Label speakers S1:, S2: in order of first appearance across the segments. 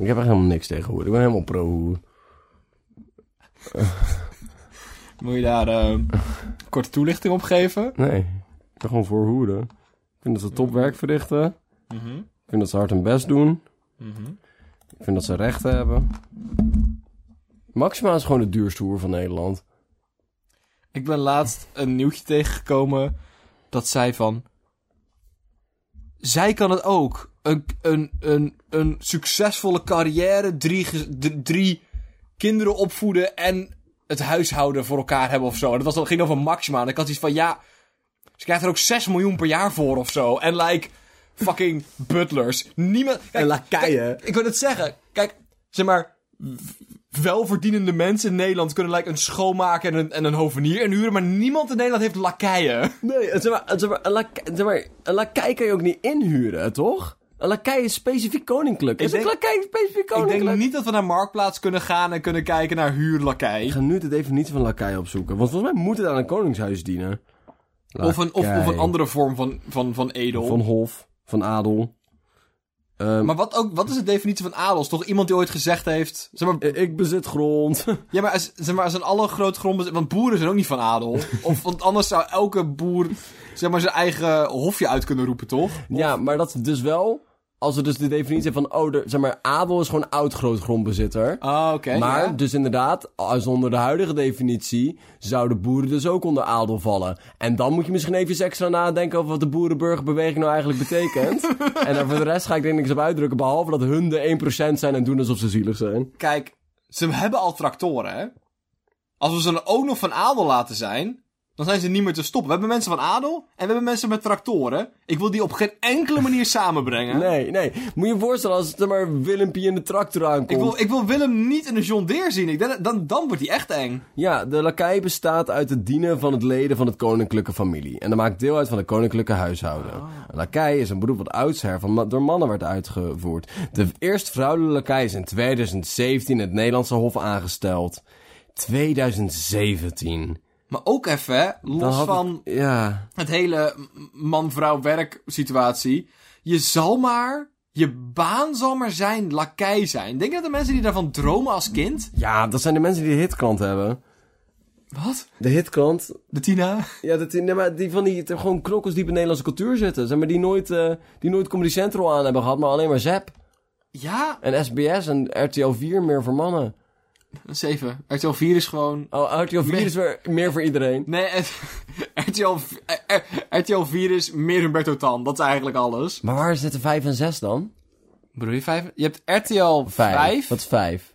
S1: Ik heb echt helemaal niks tegen hoeren. Ik ben helemaal pro-hoer.
S2: Moet je daar eh, korte toelichting op geven?
S1: Nee, ik ben gewoon voor hoeren. Ik vind dat ze topwerk verrichten. Ik vind dat ze hard hun best doen. Ik vind dat ze rechten hebben. Maxima is gewoon de duurste hoer van Nederland.
S2: Ik ben laatst een nieuwtje tegengekomen dat zei van... Zij kan het ook. Een, een, een, een succesvolle carrière, drie, ge- d- drie kinderen opvoeden en het huishouden voor elkaar hebben of zo. En dat was, dan- ging over Maxima. En ik had iets van, ja, ze krijgt er ook 6 miljoen per jaar voor of zo. En like, fucking butlers. Niemand... Kijk,
S3: En lakeien.
S2: kijk, Ik wil het zeggen. Kijk, zeg maar, w- welverdienende mensen in Nederland kunnen like een schoonmaker en een, en een hovenier inhuren. Maar niemand in Nederland heeft lakeien.
S3: Oh,
S1: Nee, zeg maar, zeg maar, een, lak- zeg maar, een lakij kan je ook niet inhuren, toch? Een lakij is specifiek koninklijk. Is
S2: denk-
S1: een lakij specifiek
S2: Ik
S1: koninklijk?
S2: denk niet dat we naar Marktplaats kunnen gaan en kunnen kijken naar huurlakij.
S1: Ik ga nu de definitie van lakij opzoeken. Want volgens mij moet het aan een koningshuis dienen.
S2: Of een, of, of een
S1: Lakij.
S2: andere vorm van, van, van edel.
S1: Van hof, van adel. Ehm,
S2: Maar wat, ook, wat is de definitie van adel? Is Toch iemand die ooit gezegd heeft... Zeg maar,
S1: i- ik bezit grond.
S2: ja, maar als, zeg maar, als een alle groot grond... Want boeren zijn ook niet van adel. of, want anders zou elke boer zeg maar, zijn eigen hofje uit kunnen roepen, toch?
S1: ja, maar dat is dus wel... Als we dus de definitie van... Oh, er- zeg maar, adel is gewoon oud groot grondbezitter.
S2: Ah, oké.
S1: maar
S2: ja.
S1: dus inderdaad, als onder de huidige definitie... zouden boeren dus ook onder adel vallen. En dan moet je misschien even eens extra nadenken... over wat de boerenburgerbeweging nou eigenlijk betekent. en daar voor de rest ga ik denk ik niks op uitdrukken... behalve dat hun de 1% zijn en doen alsof ze zielig zijn.
S2: Kijk, ze hebben al tractoren, hè? Als we ze dan ook nog van adel laten zijn, dan zijn ze niet meer te stoppen. We hebben mensen van adel en we hebben mensen met tractoren. Ik wil die op geen enkele manier samenbrengen.
S1: Nee, nee. Moet je je voorstellen als het er maar Willempie in de tractor aankomt.
S2: Ik wil, ik wil Willem niet in een John Deere zien. Ik, denk- dan, dan wordt hij echt eng.
S1: Ja, de lakij bestaat uit het dienen van het leden van het koninklijke familie. En dat maakt deel uit van het koninklijke huishouden. Een lakij is een beroep wat oudsher van, ma- door mannen werd uitgevoerd. De eerste vrouwelijke lakij is in 2017 het Nederlandse Hof aangesteld. 2017.
S2: Maar ook even,
S1: Dan
S2: los
S1: had
S2: van
S1: het- ja.
S2: het hele m- man-vrouw werk situatie. Je zal maar, je baan zal maar zijn lakij zijn. Denk je dat de mensen die daarvan dromen als kind?
S1: ja, dat zijn de mensen die de hitkrant hebben.
S2: Wat?
S1: De hitkrant,
S2: De Tina?
S1: Ja, dat, nee, maar die van die gewoon knokkels die bij Nederlandse cultuur zitten. Zeg maar, die nooit, eh, die nooit Comedy Central aan hebben gehad, maar alleen maar Zep.
S2: Ja,
S1: En SBS en RTL 4 meer voor mannen.
S2: zeven. RTL 4 is gewoon
S1: Oh, RTL 4
S2: Nee.
S1: is weer meer voor iedereen.
S2: Nee, het- RTL, v- R- RTL 4 is meer Humberto Tan. Dat is eigenlijk alles.
S1: Maar waar zitten 5 en 6 dan?
S2: Broer, je, vijf? je hebt RTL 5.
S1: Wat is 5?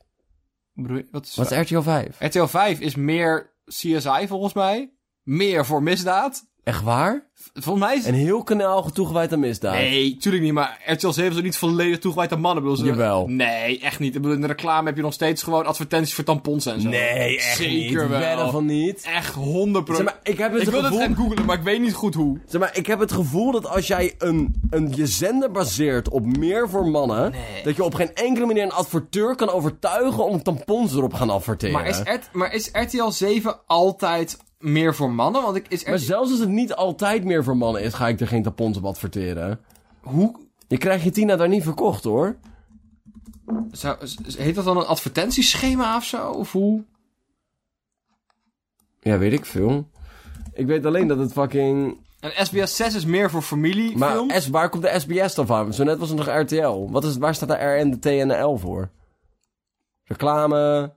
S2: Broer, wat is-
S1: Wat is RTL 5?
S2: RTL 5 is meer CSI volgens mij. Meer voor misdaad.
S1: Echt waar?
S2: Volgens mij is...
S1: Een heel kanaal toegewijd aan misdaad.
S2: Nee, tuurlijk niet. Maar RTL 7 is ook niet volledig toegewijd aan mannen. Ik Bedoel, ze...
S1: Jawel.
S2: Nee, echt niet. Ik bedoel, in de reclame heb je nog steeds gewoon advertenties voor tampons en zo.
S1: Nee, echt
S2: Zeker
S1: niet.
S2: wel.
S1: Wedden van niet.
S2: Echt 100
S1: Zeg maar, ik heb het
S2: Ik wil het
S1: gevoel...
S2: gaan googlen, maar ik weet niet goed hoe.
S1: Zeg maar, ik heb het gevoel dat als jij een, een, je zender baseert op meer voor mannen... dat je op geen enkele manier een adverteur kan overtuigen om tampons erop gaan adverteren.
S2: Maar is, RT maar is RTL 7 altijd meer voor mannen? Want ik, is
S1: Maar
S2: RTL...
S1: zelfs als het niet altijd meer voor mannen is, ga ik er geen tampons op adverteren.
S2: Hoe...
S1: Je krijgt je Tina daar niet verkocht, hoor.
S2: Zou, is- is- heet dat dan een advertentieschema of zo? Of hoe?
S1: Ja, weet ik veel. Ik weet alleen dat het fucking...
S2: En SBS 6 is meer voor familiefilms.
S1: Maar S, waar komt de SBS dan van? Zo net was het nog RTL. Wat is, waar staat de R en de T en de L voor? Reclame...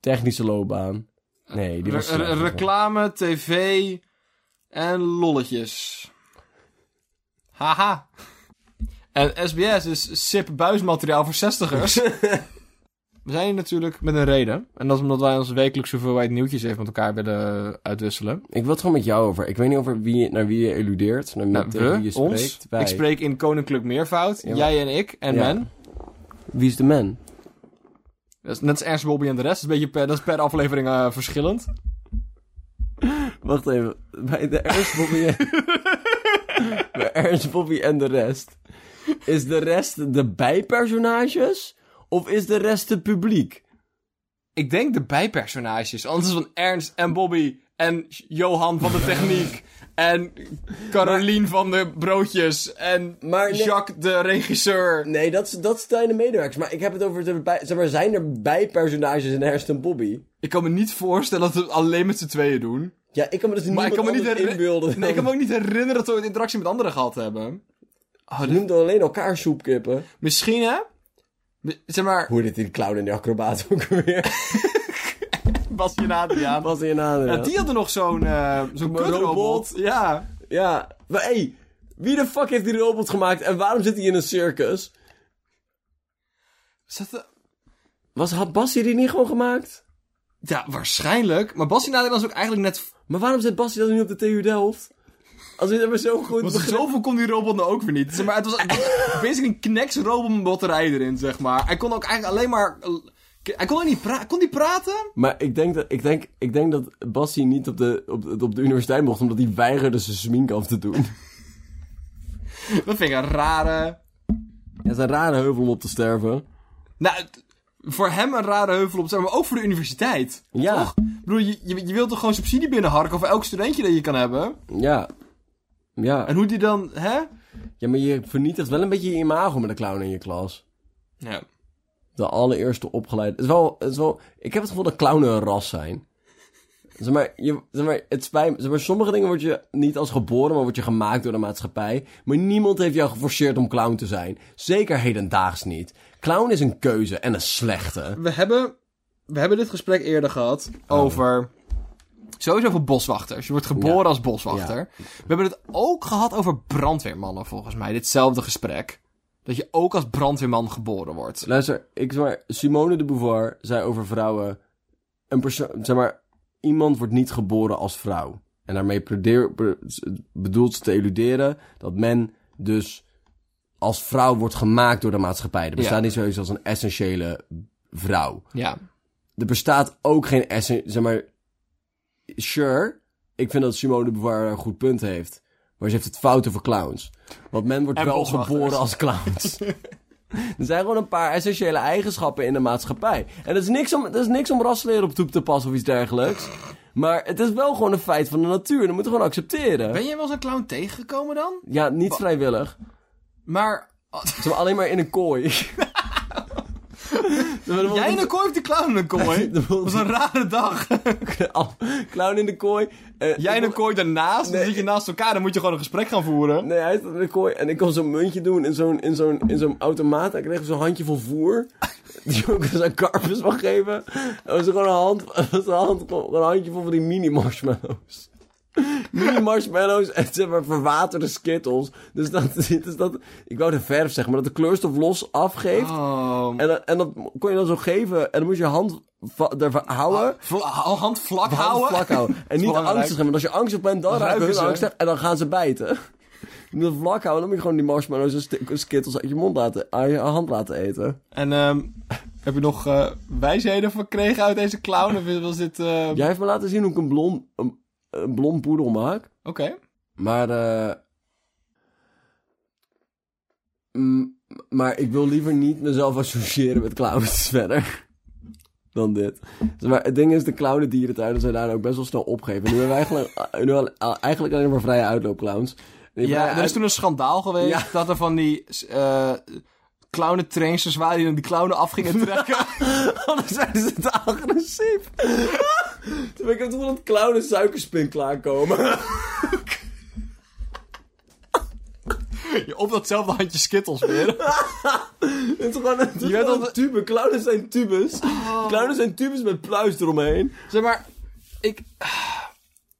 S1: Technische loopbaan. Nee, die was...
S2: Re- re-
S1: slecht.
S2: reclame, tv en lolletjes. Haha. En SBS is sip buismateriaal voor zestigers. We zijn hier natuurlijk met een reden. En dat is omdat wij onze wekelijkse hoeveelheid nieuwtjes even met elkaar willen uitwisselen.
S1: Ik wil het gewoon met jou over. Ik weet niet over wie, naar wie je eludeert. Naar
S2: Nou,
S1: wie tegen wie eh, je
S2: we,
S1: spreekt.
S2: ons.
S1: Wij.
S2: Ik spreek in koninklijk meervoud.
S1: Ja, maar-
S2: Jij en ik en
S1: Ja.
S2: men.
S1: Wie is de man?
S2: Dat is net als Ernst Bobby en de rest. Dat is, een beetje per, dat is per aflevering eh, verschillend.
S1: Wacht even. Bij de Ernst Bobby en... Bij Ernst Bobby en de rest. Is de rest de bijpersonages? Of is de rest het publiek?
S2: Ik denk de bijpersonages. Anders van Ernst en Bobby En Johan van de techniek. en Carolien van de broodjes. En
S1: Maar nee-
S2: Jacques de regisseur.
S1: Nee, dat, is- dat zijn de medewerkers. Maar ik heb het over... De bij, zeg maar, zijn er bijpersonages in Herston Bobby?
S2: Ik kan me niet voorstellen dat we het alleen met z'n tweeën doen.
S1: Ja, ik kan me dus
S2: Maar
S1: niemand
S2: ik kan me niet
S1: anders inbeelden.
S2: herinneren. Nee, ik kan me ook niet herinneren dat we ooit interactie met anderen gehad hebben. Oh,
S1: Ze noemden alleen elkaar soepkippen.
S2: Misschien hè? Mi- Zeg maar,
S1: Hoe dit die clown en die acrobaat ook weer?
S2: Basje en Adriaan.
S1: Was in aan.
S2: Ja, die hadden nog zo'n eh zo'n
S1: Robot.
S2: kutrobot. Ja.
S1: Ja, maar hé, hey, wie de fuck heeft die robot gemaakt en waarom zit hij in een circus?
S2: Zat er-
S1: Was had Bassie die niet gewoon gemaakt?
S2: Ja, waarschijnlijk. Maar Basje en Adriaan is ook eigenlijk net...
S1: Maar waarom zit Bassie dan niet op de TU Delft? Als we hebben zo goed
S2: Want
S1: begrip-
S2: zoveel kon die robot nou ook weer niet. Zeg maar, het was, het was basically een kneks robotbatterij erin, zeg maar. Hij kon ook eigenlijk alleen maar... Hij kon ook niet praten. Kon die praten?
S1: Maar ik denk dat, ik denk, ik denk dat Bassie niet op de, op, op de universiteit mocht omdat hij weigerde zijn smink af te doen.
S2: Dat vind ik een rare...
S1: Ja, het is een rare heuvel om op te sterven.
S2: Nou, het- voor hem een rare heuvel op, zeg maar ook voor de universiteit.
S1: Ja.
S2: Toch? Ik bedoel, je, je, je wilt toch gewoon subsidie binnenharken voor elk studentje dat je kan hebben?
S1: Ja. Ja.
S2: En hoe die dan, hè?
S1: ja, maar je vernietigt wel een beetje je imago met de clown in je klas.
S2: Ja.
S1: De allereerste opgeleide. Het is wel, het is wel, ik heb het gevoel dat clownen een ras zijn. Zeg maar, je, zeg maar, het spijt, me- zeg maar, sommige dingen word je niet als geboren, maar word je gemaakt door de maatschappij. Maar niemand heeft jou geforceerd om clown te zijn. Zeker hedendaags niet. Clown is een keuze en een slechte.
S2: We hebben, we hebben dit gesprek eerder gehad
S1: Oh.
S2: over... Sowieso over boswachters. Je wordt geboren
S1: Ja.
S2: als boswachter. We hebben het ook gehad over brandweermannen, volgens mij. Ditzelfde gesprek. Dat je ook als brandweerman geboren wordt.
S1: Luister, ik zeg maar, Simone de Beauvoir zei over vrouwen. Een persoon, zeg maar, iemand wordt niet geboren als vrouw. En daarmee predeer- pre- bedoelt ze te eluderen dat men dus als vrouw wordt gemaakt door de maatschappij. Er bestaat
S2: Ja.
S1: niet zoiets als een essentiële vrouw.
S2: Ja.
S1: Er bestaat ook geen essentiële, zeg maar, sure, ik vind dat Simone de Beauvoir een goed punt heeft. Maar ze heeft het fout over clowns. Want men wordt
S2: En
S1: wel
S2: boswachters.
S1: geboren als clowns. er zijn gewoon een paar essentiële eigenschappen in de maatschappij. En dat is niks om, dat is niks om rassenleren op toe te passen of iets dergelijks. Maar het is wel gewoon een feit van de natuur. Dat moeten we gewoon accepteren.
S2: Ben jij wel eens een clown tegengekomen dan?
S1: Ja, niet vrijwillig.
S2: Maar...
S1: Ze waren alleen maar in een kooi.
S2: Jij in een kooi of de clown in een kooi?
S1: Dat
S2: Dat was een rare dag.
S1: Clown in de kooi. Eh,
S2: Jij in een kooi daarnaast,
S1: Nee.
S2: dan zit je naast elkaar, dan moet je gewoon een gesprek gaan voeren.
S1: Nee, hij zat in de kooi en ik kon zo'n muntje doen in zo'n, in zo'n, in zo'n automaat. En ik kreeg zo'n handje vol voer. Die ook eens aan Carpus mag geven. Dat was gewoon een, hand, dat was een, hand, gewoon een handje vol van die mini marshmallows. Mini marshmallows en zeg maar verwaterde skittles. Dus dat, dus dat, ik wou de verf zeg maar, dat de kleurstof los afgeeft.
S2: Oh.
S1: En, dat- en dat kon je dan zo geven. En dan moest je je hand va- ervan houden.
S2: Vla- hand vlak
S1: Hand
S2: houden.
S1: vlak houden. En niet
S2: belangrijk.
S1: angstig zijn, want als je angstig bent, dan raken
S2: ruiken
S1: hun
S2: ze.
S1: angstig en dan gaan ze bijten. Je moet het vlak houden, dan moet je gewoon die marshmallows en sti- skittles uit je mond laten, aan je hand laten eten.
S2: En ehm, heb je nog eh, wijsheden verkregen uit deze clown? Of was dit... eh,
S1: Jij heeft me laten zien hoe ik een blond, een, een blond poedel maak.
S2: Oké.
S1: Maar, eh, mm, maar ik wil liever niet mezelf associëren met clowns verder. Dan dit. Zeg Maar het ding is, de clownen dierentuinen zijn daar ook best wel snel opgegeven. Nu hebben we eigenlijk, eh, nu hebben we eigenlijk alleen maar vrije uitloopclowns. Die vrije
S2: Ja, er is toen een schandaal geweest
S1: Ja.
S2: dat er van die eh clownentrainsters waren die dan die clownen af gingen trekken.
S1: Anders Oh, zijn ze te agressief. Toen ben ik het gevoel dat clownen suikerspin klaarkomen.
S2: Je op datzelfde handje skittels weer.
S1: het is gewoon het is
S2: Je weet
S1: gewoon
S2: dat-
S1: een tube. Clownen zijn tubes. Clownen zijn tubes met pluis eromheen.
S2: Zeg maar, ik...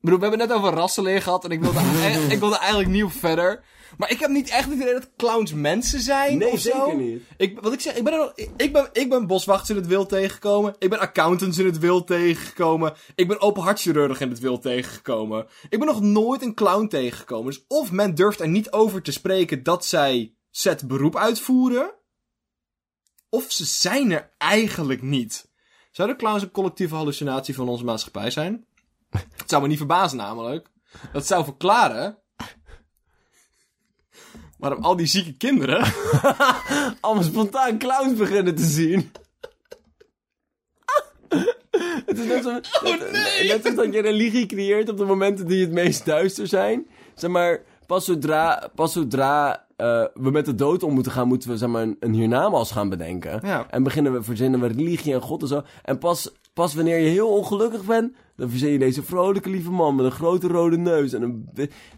S2: Ik bedoel, we hebben het net over rassenleer gehad en ik wilde, eigenlijk- ik wilde eigenlijk niet op verder. Maar ik heb niet echt het idee dat clowns mensen zijn
S1: Nee,
S2: of zo.
S1: zeker niet.
S2: Ik, wat ik zeg, ik ben, er, nog- ik- ik, ben, ik ben boswachts in het wild tegengekomen. Ik ben accountants in het wild tegengekomen. Ik ben openhartchirurg in het wild tegengekomen. Ik ben nog nooit een clown tegengekomen. Dus of men durft er niet over te spreken dat zij zet beroep uitvoeren. Of ze zijn er eigenlijk niet. Zouden clowns een collectieve hallucinatie van onze maatschappij zijn? Het zou me niet verbazen namelijk. Dat zou verklaren... waarom al die zieke kinderen...
S1: Allemaal spontaan clowns beginnen te zien. Het is net, zo,
S2: Oh,
S1: net als dat je religie creëert op de momenten die het meest duister zijn. Zeg maar, pas zodra, pas zodra eh, we met de dood om moeten gaan, moeten we zeg maar, een, een hiernamaals gaan bedenken.
S2: Ja.
S1: En beginnen we, verzinnen we religie en God en zo. En pas, pas wanneer je heel ongelukkig bent, dan verzin je deze vrolijke lieve man met een grote rode neus. En een...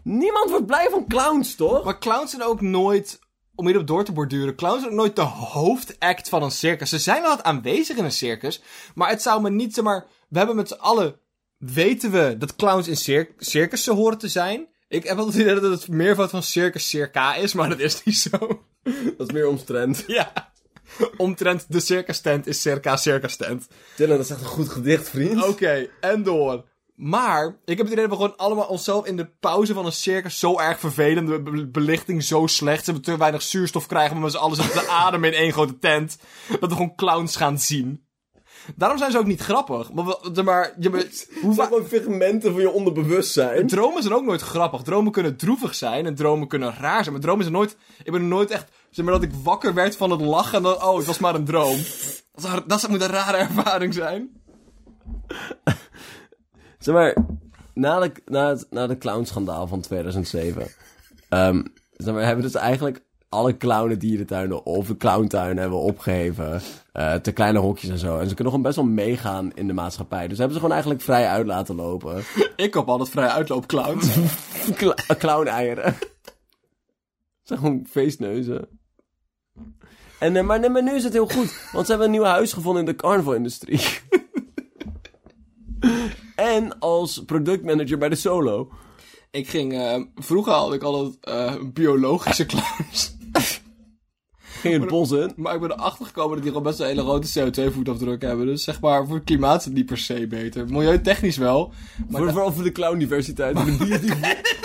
S1: Niemand wordt blij van clowns, toch?
S2: Maar clowns zijn ook nooit, om hierop door te borduren, clowns zijn ook nooit de hoofdact van een circus. Ze zijn altijd aanwezig in een circus, maar het zou me niet, zeg maar, we hebben met z'n allen, weten we dat clowns in cir circussen horen te zijn? Ik heb altijd het idee dat het meervoud van circus circa is, maar dat is niet zo.
S1: Dat is meer omstrend.
S2: ja. Omtrent de circus tent is circa circus tent.
S1: Dylan, dat is echt een goed gedicht, vriend.
S2: Oké, en door. Maar ik heb het idee dat we gewoon allemaal onszelf in de pauze van een circus zo erg vervelen. De be- belichting zo slecht. Ze hebben te weinig zuurstof krijgen omdat ze alles op de adem in één grote tent. Dat we gewoon clowns gaan zien. Daarom zijn ze ook niet grappig. Maar, we- de- maar, je, be- hoe
S1: Het zijn
S2: va-
S1: gewoon fragmenten van je onderbewustzijn.
S2: dromen zijn ook nooit grappig. Dromen kunnen droevig zijn en dromen kunnen raar zijn. Maar dromen zijn nooit... Ik ben nooit echt... Zeg maar dat ik wakker werd van het lachen en dan... Oh, het was maar een droom. Dat, zou- dat zou- moet een rare ervaring zijn.
S1: Zeg maar, na, de, na, het, na de clownschandaal van 2007... ehm, zeg maar, hebben dus eigenlijk alle clownen dierentuinen of de clowntuinen hebben we opgeheven. eh, te kleine hokjes en zo. En ze kunnen gewoon best wel meegaan in de maatschappij. Dus hebben ze gewoon eigenlijk vrij uit laten lopen.
S2: Ik koop altijd vrij uitloop clowns.
S1: Cla clown-eieren. Het zijn gewoon feestneuzen. En, eh, maar, nee, maar nu is het heel goed, want ze hebben een nieuw huis gevonden in de carnaval-industrie. en als productmanager bij de Solo.
S2: Ik ging, eh, vroeger had ik altijd eh, biologische clowns.
S1: Ging het bos in.
S2: maar ik ben erachter gekomen dat die gewoon best wel een hele grote CO2-voetafdruk hebben. Dus zeg maar, voor het klimaat is het niet per se beter. Milieutechnisch wel. Maar
S1: Voor, vooral voor de clown-diversiteit. en de biodiversiteit.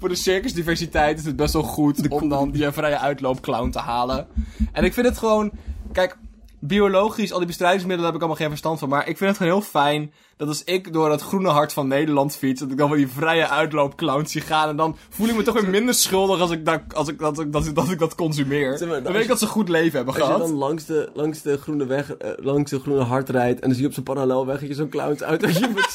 S2: voor de circusdiversiteit is het best wel goed om dan die vrije uitloop clown te halen. En ik vind het gewoon, kijk, biologisch, al die bestrijdingsmiddelen heb ik allemaal geen verstand van. Maar ik vind het gewoon heel fijn dat als ik door het groene hart van Nederland fiets, dat ik dan wel die vrije uitloop clown zie gaan. En dan voel ik me toch weer minder schuldig als ik dat, als ik, dat, dat, dat, ik dat consumeer.
S1: Zeg maar,
S2: Dan
S1: als
S2: weet ik
S1: je-
S2: dat ze een goed leven hebben
S1: Als je
S2: gehad.
S1: dan langs de, langs de groene weg, eh, langs de groene hart rijdt... en dan zie je op zo'n parallelweggetje zo'n clowns uit... als je met,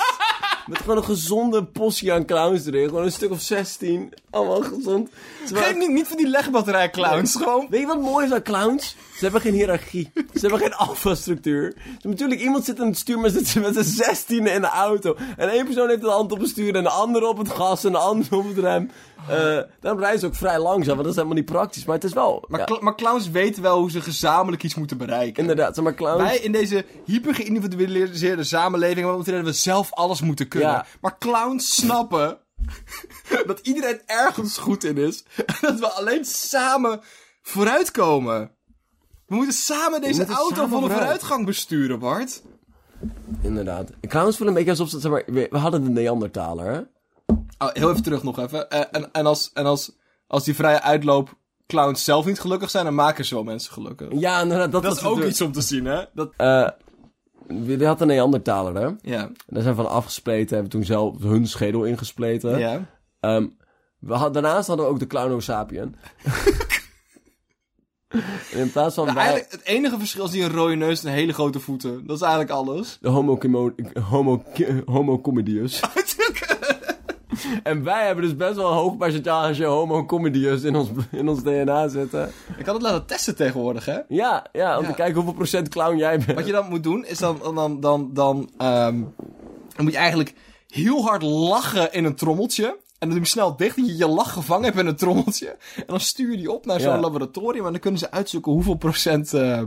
S1: met gewoon een gezonde possie aan clowns erin. Gewoon een stuk of 16. Allemaal gezond. Terwijl-
S2: Geef niet, niet van die legbatterij clowns, gewoon.
S1: Weet je wat mooi is aan clowns? Ze hebben geen hiërarchie. Ze hebben geen alfa-structuur. Dus natuurlijk, iemand zit aan het stuur met z'n met z'n zestiende in de auto. En één persoon heeft de hand op het stuur en de andere op het gas en de andere op het rem. Eh daarom rijden ze ook vrij langzaam, want dat is helemaal niet praktisch. Maar het is wel...
S2: Maar,
S1: ja,
S2: cl- maar clowns weten wel hoe ze gezamenlijk iets moeten bereiken.
S1: inderdaad, zeg maar clowns...
S2: Wij in deze hypergeïndividualiseerde samenleving hebben het idee dat we zelf alles moeten kunnen.
S1: Ja.
S2: Maar clowns snappen dat iedereen ergens goed in is. En dat we alleen samen vooruitkomen. We moeten samen deze
S1: moeten
S2: auto
S1: samen
S2: van een
S1: vooruit.
S2: vooruitgang besturen, Bart.
S1: Inderdaad. Clowns voelen een beetje alsof ze... Zeg maar, we, we hadden de Neandertaler, hè?
S2: Oh, heel even terug nog even. Eh, en en, als, en als, als die vrije uitloop clowns zelf niet gelukkig zijn, dan maken ze wel mensen gelukkig.
S1: Ja, inderdaad. Dat,
S2: Dat
S1: was
S2: is ook
S1: natuurlijk-
S2: iets om te zien, hè? Dat,
S1: Eh, we, we hadden de Neandertaler, hè?
S2: ja.
S1: En daar zijn we van afgespleten. Hebben toen zelf hun schedel ingespleten.
S2: ja.
S1: Ehm, we had, daarnaast hadden we ook de Clowno Sapien. en in plaats van wij-
S2: Nou, Eigenlijk, het enige verschil is die een rode neus en hele grote voeten. Dat is eigenlijk alles.
S1: de Homo, Kimo- homo, ki- homo Comedius. en wij hebben dus best wel een hoog percentage Homo Comedius in ons, in ons DNA zitten.
S2: Ik had het laten testen tegenwoordig, hè?
S1: Ja, ja om
S2: Ja.
S1: te kijken hoeveel procent clown jij bent.
S2: Wat je dan moet doen, is dan, dan, dan, dan, dan, ehm, dan moet je eigenlijk heel hard lachen in een trommeltje. En dan doe je hem snel dicht, dat je je lach gevangen hebt in een trommeltje. En dan stuur je die op naar zo'n
S1: Ja.
S2: laboratorium. En dan kunnen ze uitzoeken hoeveel procent eh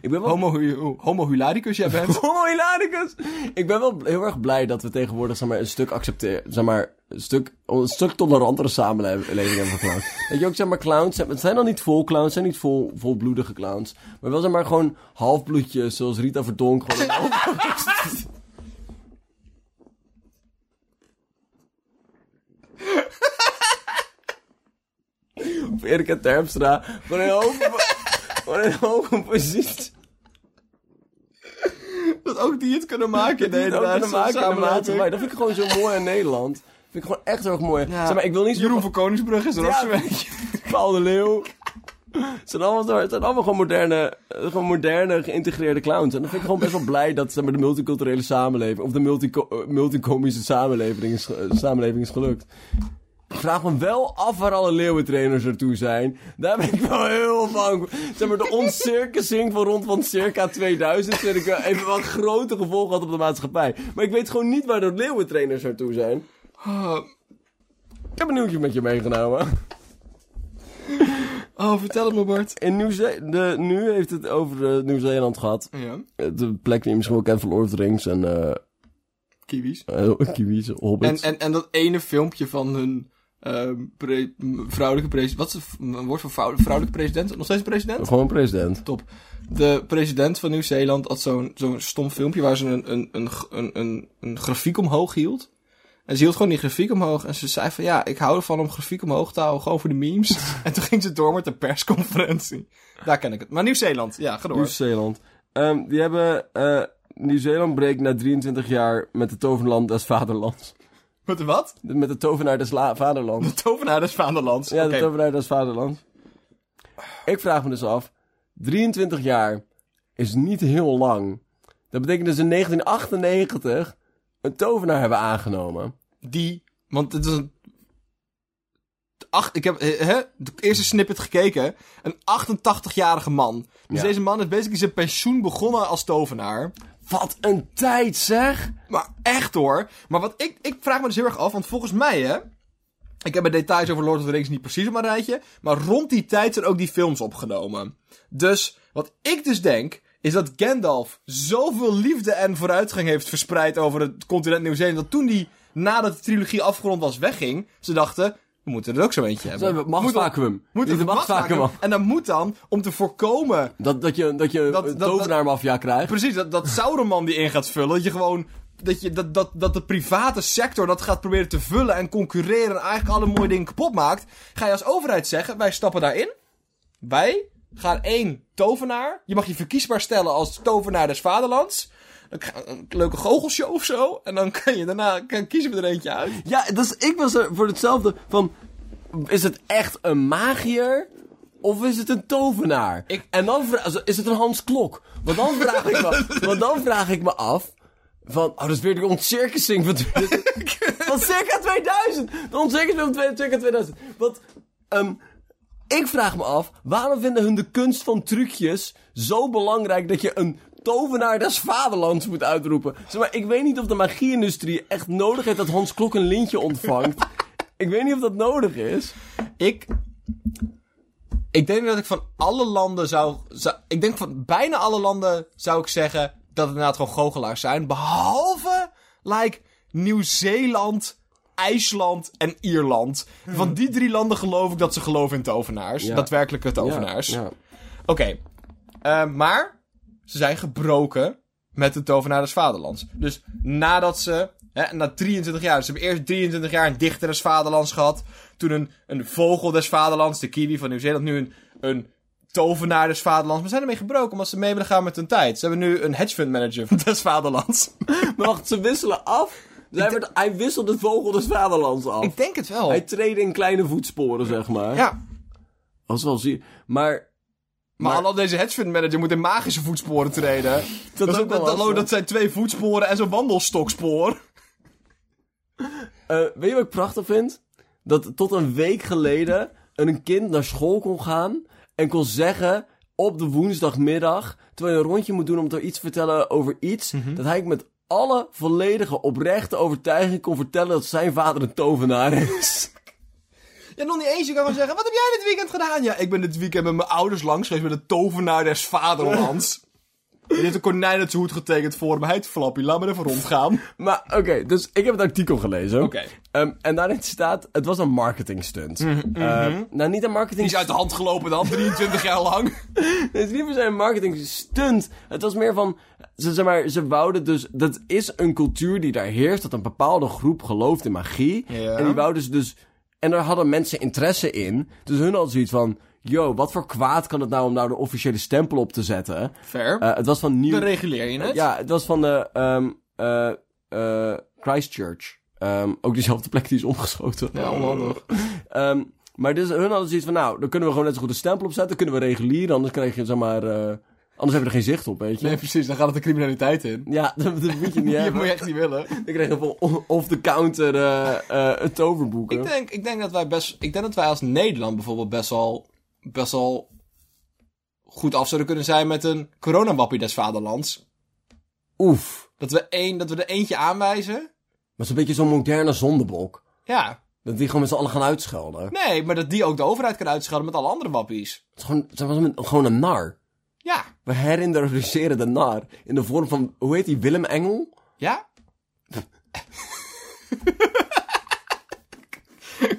S1: Ik ben wel...
S2: homo, hu- homo hilaricus jij bent.
S1: Homo hilaricus! Ik ben wel heel erg blij dat we tegenwoordig zeg maar, een stuk accepteer, zeg maar, een stuk, een stuk tolerantere samenleving hebben voor clowns. Dat je ook zeg maar clowns hebt, het zijn dan niet vol clowns, het zijn niet vol, volbloedige clowns, maar wel zeg maar gewoon halfbloedjes zoals Rita Verdonk. Gewoon een half- Of Erika Terpstra, gewoon een hoge, gewoon een hoge positie.
S2: Dat ook die het kunnen maken in de
S1: Nee, dat
S2: hele
S1: kunnen maken in de maatschappij. Dat vind ik gewoon zo mooi aan Nederland. Dat vind ik gewoon echt heel erg mooi.
S2: Ja.
S1: Zeg maar, ik wil niet zo...
S2: Jeroen van Koningsbrug is er ook
S1: Ja.
S2: zo'n beetje.
S1: Paul de Leeuw. Het zijn allemaal, het zijn allemaal gewoon, moderne, eh, gewoon moderne, geïntegreerde clowns. En dan vind ik gewoon best wel blij dat ze met de multiculturele samenleving... of de multico- eh, multicomische samenleving is, eh, samenleving is gelukt. Ik vraag me wel af waar alle leeuwentrainers naartoe zijn. Daar ben ik wel heel bang voor. Zeg maar, de ontcircusing van rond van circa 2000... vind ik wel even wat grote gevolgen had op de maatschappij. Maar ik weet gewoon niet waar de leeuwentrainers naartoe zijn.
S2: Oh,
S1: Ik heb een nieuwtje met je meegenomen.
S2: oh, vertel het me, Bart.
S1: In Nieuw-Ze- de- nu heeft het over eh, Nieuw-Zeeland gehad. Eh,
S2: Ja,
S1: De plek die je misschien wel kent van Lord of the Rings en eh
S2: kiwis.
S1: eh, kiwis,
S2: En,
S1: hobbits.
S2: en, en dat ene filmpje van hun ehm, pre- m- vrouwelijke president. Wat is het v- een woord voor vrouw- vrouwelijke president? Nog steeds president?
S1: Gewoon president.
S2: Top. De president van Nieuw-Zeeland had zo'n zo'n stom filmpje waar ze een, een, een, g- een, een, een grafiek omhoog hield. En ze hield gewoon die grafiek omhoog. En ze zei van ja, ik hou ervan om grafiek omhoog te houden. Gewoon voor de memes. en toen ging ze door met de persconferentie. Daar ken ik het. Maar Nieuw-Zeeland, ja, ga door.
S1: Nieuw-Zeeland. Ehm, die hebben... eh, Nieuw-Zeeland breekt na 23 jaar met de toverland des vaderlands.
S2: Met de wat?
S1: De- Met de tovenaar des la- vaderlands.
S2: De tovenaar des Vaanderlands.
S1: Ja,
S2: Oké.
S1: de tovenaar des vaderlands. Ik vraag me dus af... 23 jaar is niet heel lang. Dat betekent dus in 1998 een tovenaar hebben aangenomen.
S2: Die, want het is een... Acht, ik heb eh, hè, de eerste snippet gekeken. Een 88-jarige man. Dus
S1: Ja.
S2: deze man is basically zijn pensioen begonnen als tovenaar.
S1: Wat een tijd, zeg!
S2: Maar echt hoor. Maar wat ik, ik vraag me dus heel erg af, want volgens mij hè... Ik heb mijn details over Lord of the Rings niet precies op mijn rijtje. Maar rond die tijd zijn ook die films opgenomen. Dus wat ik dus denk, is dat Gandalf zoveel liefde en vooruitgang heeft verspreid over het continent Nieuw-Zeeland. Dat toen die, nadat de trilogie afgerond was, wegging, ze dachten, we moeten er ook zo eentje hebben.
S1: Zo, het machtsvacuum.
S2: Moet
S1: Dit is een machtsvacuum.
S2: En dat moet dan, om te voorkomen
S1: Dat, dat je, dat je
S2: Dat-
S1: een
S2: dat-
S1: tovenaarmafia krijgt.
S2: Precies, dat, dat Sauron die in gaat vullen. Dat je gewoon. Dat, je, dat, dat, dat de private sector dat gaat proberen te vullen en concurreren en eigenlijk alle mooie dingen kapot maakt. Ga je als overheid zeggen: wij stappen daarin. Wij gaan één tovenaar. Je mag je verkiesbaar stellen als tovenaar des vaderlands. Een, een leuke goochelshow of zo. En dan kan je daarna kan, kiezen we er eentje uit.
S1: Ja, dat is, ik was er voor hetzelfde van... Is het echt een magier? Of is het een tovenaar?
S2: Ik-
S1: En dan vra- is het een Hans Klok? Want dan vraag ik me, want dan vraag ik me af... Van, oh, dat is weer de ontcircusing van, van circa 2000. De ontcircusing van twee- circa 2000. Want, ehm, ik vraag me af, waarom vinden hun de kunst van trucjes zo belangrijk dat je een tovenaar des vaderlands moet uitroepen? Zeg maar, ik weet niet of de magie-industrie echt nodig heeft dat Hans Klok een lintje ontvangt. ik weet niet of dat nodig is.
S2: Ik. Ik denk dat ik van alle landen zou, zou- Ik denk van bijna alle landen zou ik zeggen dat het inderdaad gewoon goochelaars zijn. Behalve, like, Nieuw-Zeeland, IJsland en Ierland. Van die drie landen geloof ik dat ze geloven in tovenaars.
S1: Ja.
S2: Daadwerkelijke tovenaars.
S1: Ja, ja.
S2: Oké. Eh, maar ze zijn gebroken met de tovenaar des vaderlands. Dus nadat ze... Hè, na 23 jaar. Ze hebben eerst 23 jaar een dichter des vaderlands gehad. Toen een, een vogel des vaderlands. De kiwi van Nieuw-Zeeland. Nu een, een tovenaar des vaderlands. Maar ze zijn ermee gebroken omdat ze mee willen gaan met hun tijd. Ze hebben nu een hedge fund manager des vaderlands.
S1: Maar wacht, ze wisselen af. Zij werd- hij wisselt de vogel des vaderlands af.
S2: Ik denk het wel.
S1: Hij treedt in kleine voetsporen, zeg maar.
S2: Ja. Maar,
S1: Als wel zie. Maar Maar-
S2: al deze hedge fund manager moet in magische voetsporen treden. Dat,
S1: dat,
S2: is
S1: is
S2: ook-
S1: ook wel
S2: dat, dat-
S1: lastig.
S2: dat zijn twee voetsporen en zo'n wandelstokspoor.
S1: Eh, weet je wat ik prachtig vind? Dat tot een week geleden een kind naar school kon gaan en kon zeggen op de woensdagmiddag, terwijl je een rondje moet doen om te iets te vertellen over iets, dat hij met alle volledige oprechte overtuiging kon vertellen dat zijn vader een tovenaar is.
S2: Ja, nog niet eens. Je kan gewoon zeggen, wat heb jij dit weekend gedaan? Ja, ik ben dit weekend met mijn ouders langs geweest met de tovenaar des vaderlands. Er heeft een konijn uit zijn hoed getekend voor hem. Hij heet Flappy, laat me even rondgaan.
S1: maar oké, dus ik heb het artikel gelezen.
S2: Oké.
S1: Ehm, en daarin staat, het was een marketing stunt. nou, niet een marketing
S2: Die is uit de hand gelopen dan, 23 jaar lang.
S1: Het is niet per se een marketing stunt. Het was meer van, ze, zeg maar, ze wouden dus, dat is een cultuur die daar heerst, dat een bepaalde groep gelooft in magie.
S2: Ja.
S1: En die wouden ze dus, en daar hadden mensen interesse in. Dus hun hadden zoiets van, yo, wat voor kwaad kan het nou om nou de officiële stempel op te zetten?
S2: Ver.
S1: Eh, het was van nieuw...
S2: Dan reguleer je het.
S1: Ja, het was van de ehm, eh, eh, Christchurch. Ehm, ook diezelfde plek die is omgeschoten.
S2: Ja, onhandig.
S1: Ehm, Maar dus, hun hadden zoiets van, nou, dan kunnen we gewoon net zo goed een stempel opzetten. kunnen we regulieren, anders krijg je, zeg maar... eh, anders heb je er geen zicht op, weet je.
S2: Nee, precies. Dan gaat het de criminaliteit in.
S1: Ja, dat, dat moet je niet
S2: Die
S1: hebben.
S2: moet je echt niet willen.
S1: Dan krijg je op- off-the-counter eh, eh, toverboeken.
S2: Ik denk, ik denk dat wij best. Ik denk dat wij als Nederland bijvoorbeeld best wel. best wel. goed af zouden kunnen zijn met een coronawappie des vaderlands.
S1: Oef.
S2: Dat we, één, dat we er eentje aanwijzen.
S1: Maar zo'n beetje zo'n moderne zondebok.
S2: Ja.
S1: Dat die gewoon met z'n allen gaan uitschelden.
S2: Nee, maar dat die ook de overheid kan uitschelden met alle andere wappies.
S1: Het is gewoon, het was een, gewoon een nar.
S2: Ja.
S1: We herintroduceren de nar in de vorm van, hoe heet die, Willem Engel?
S2: Ja?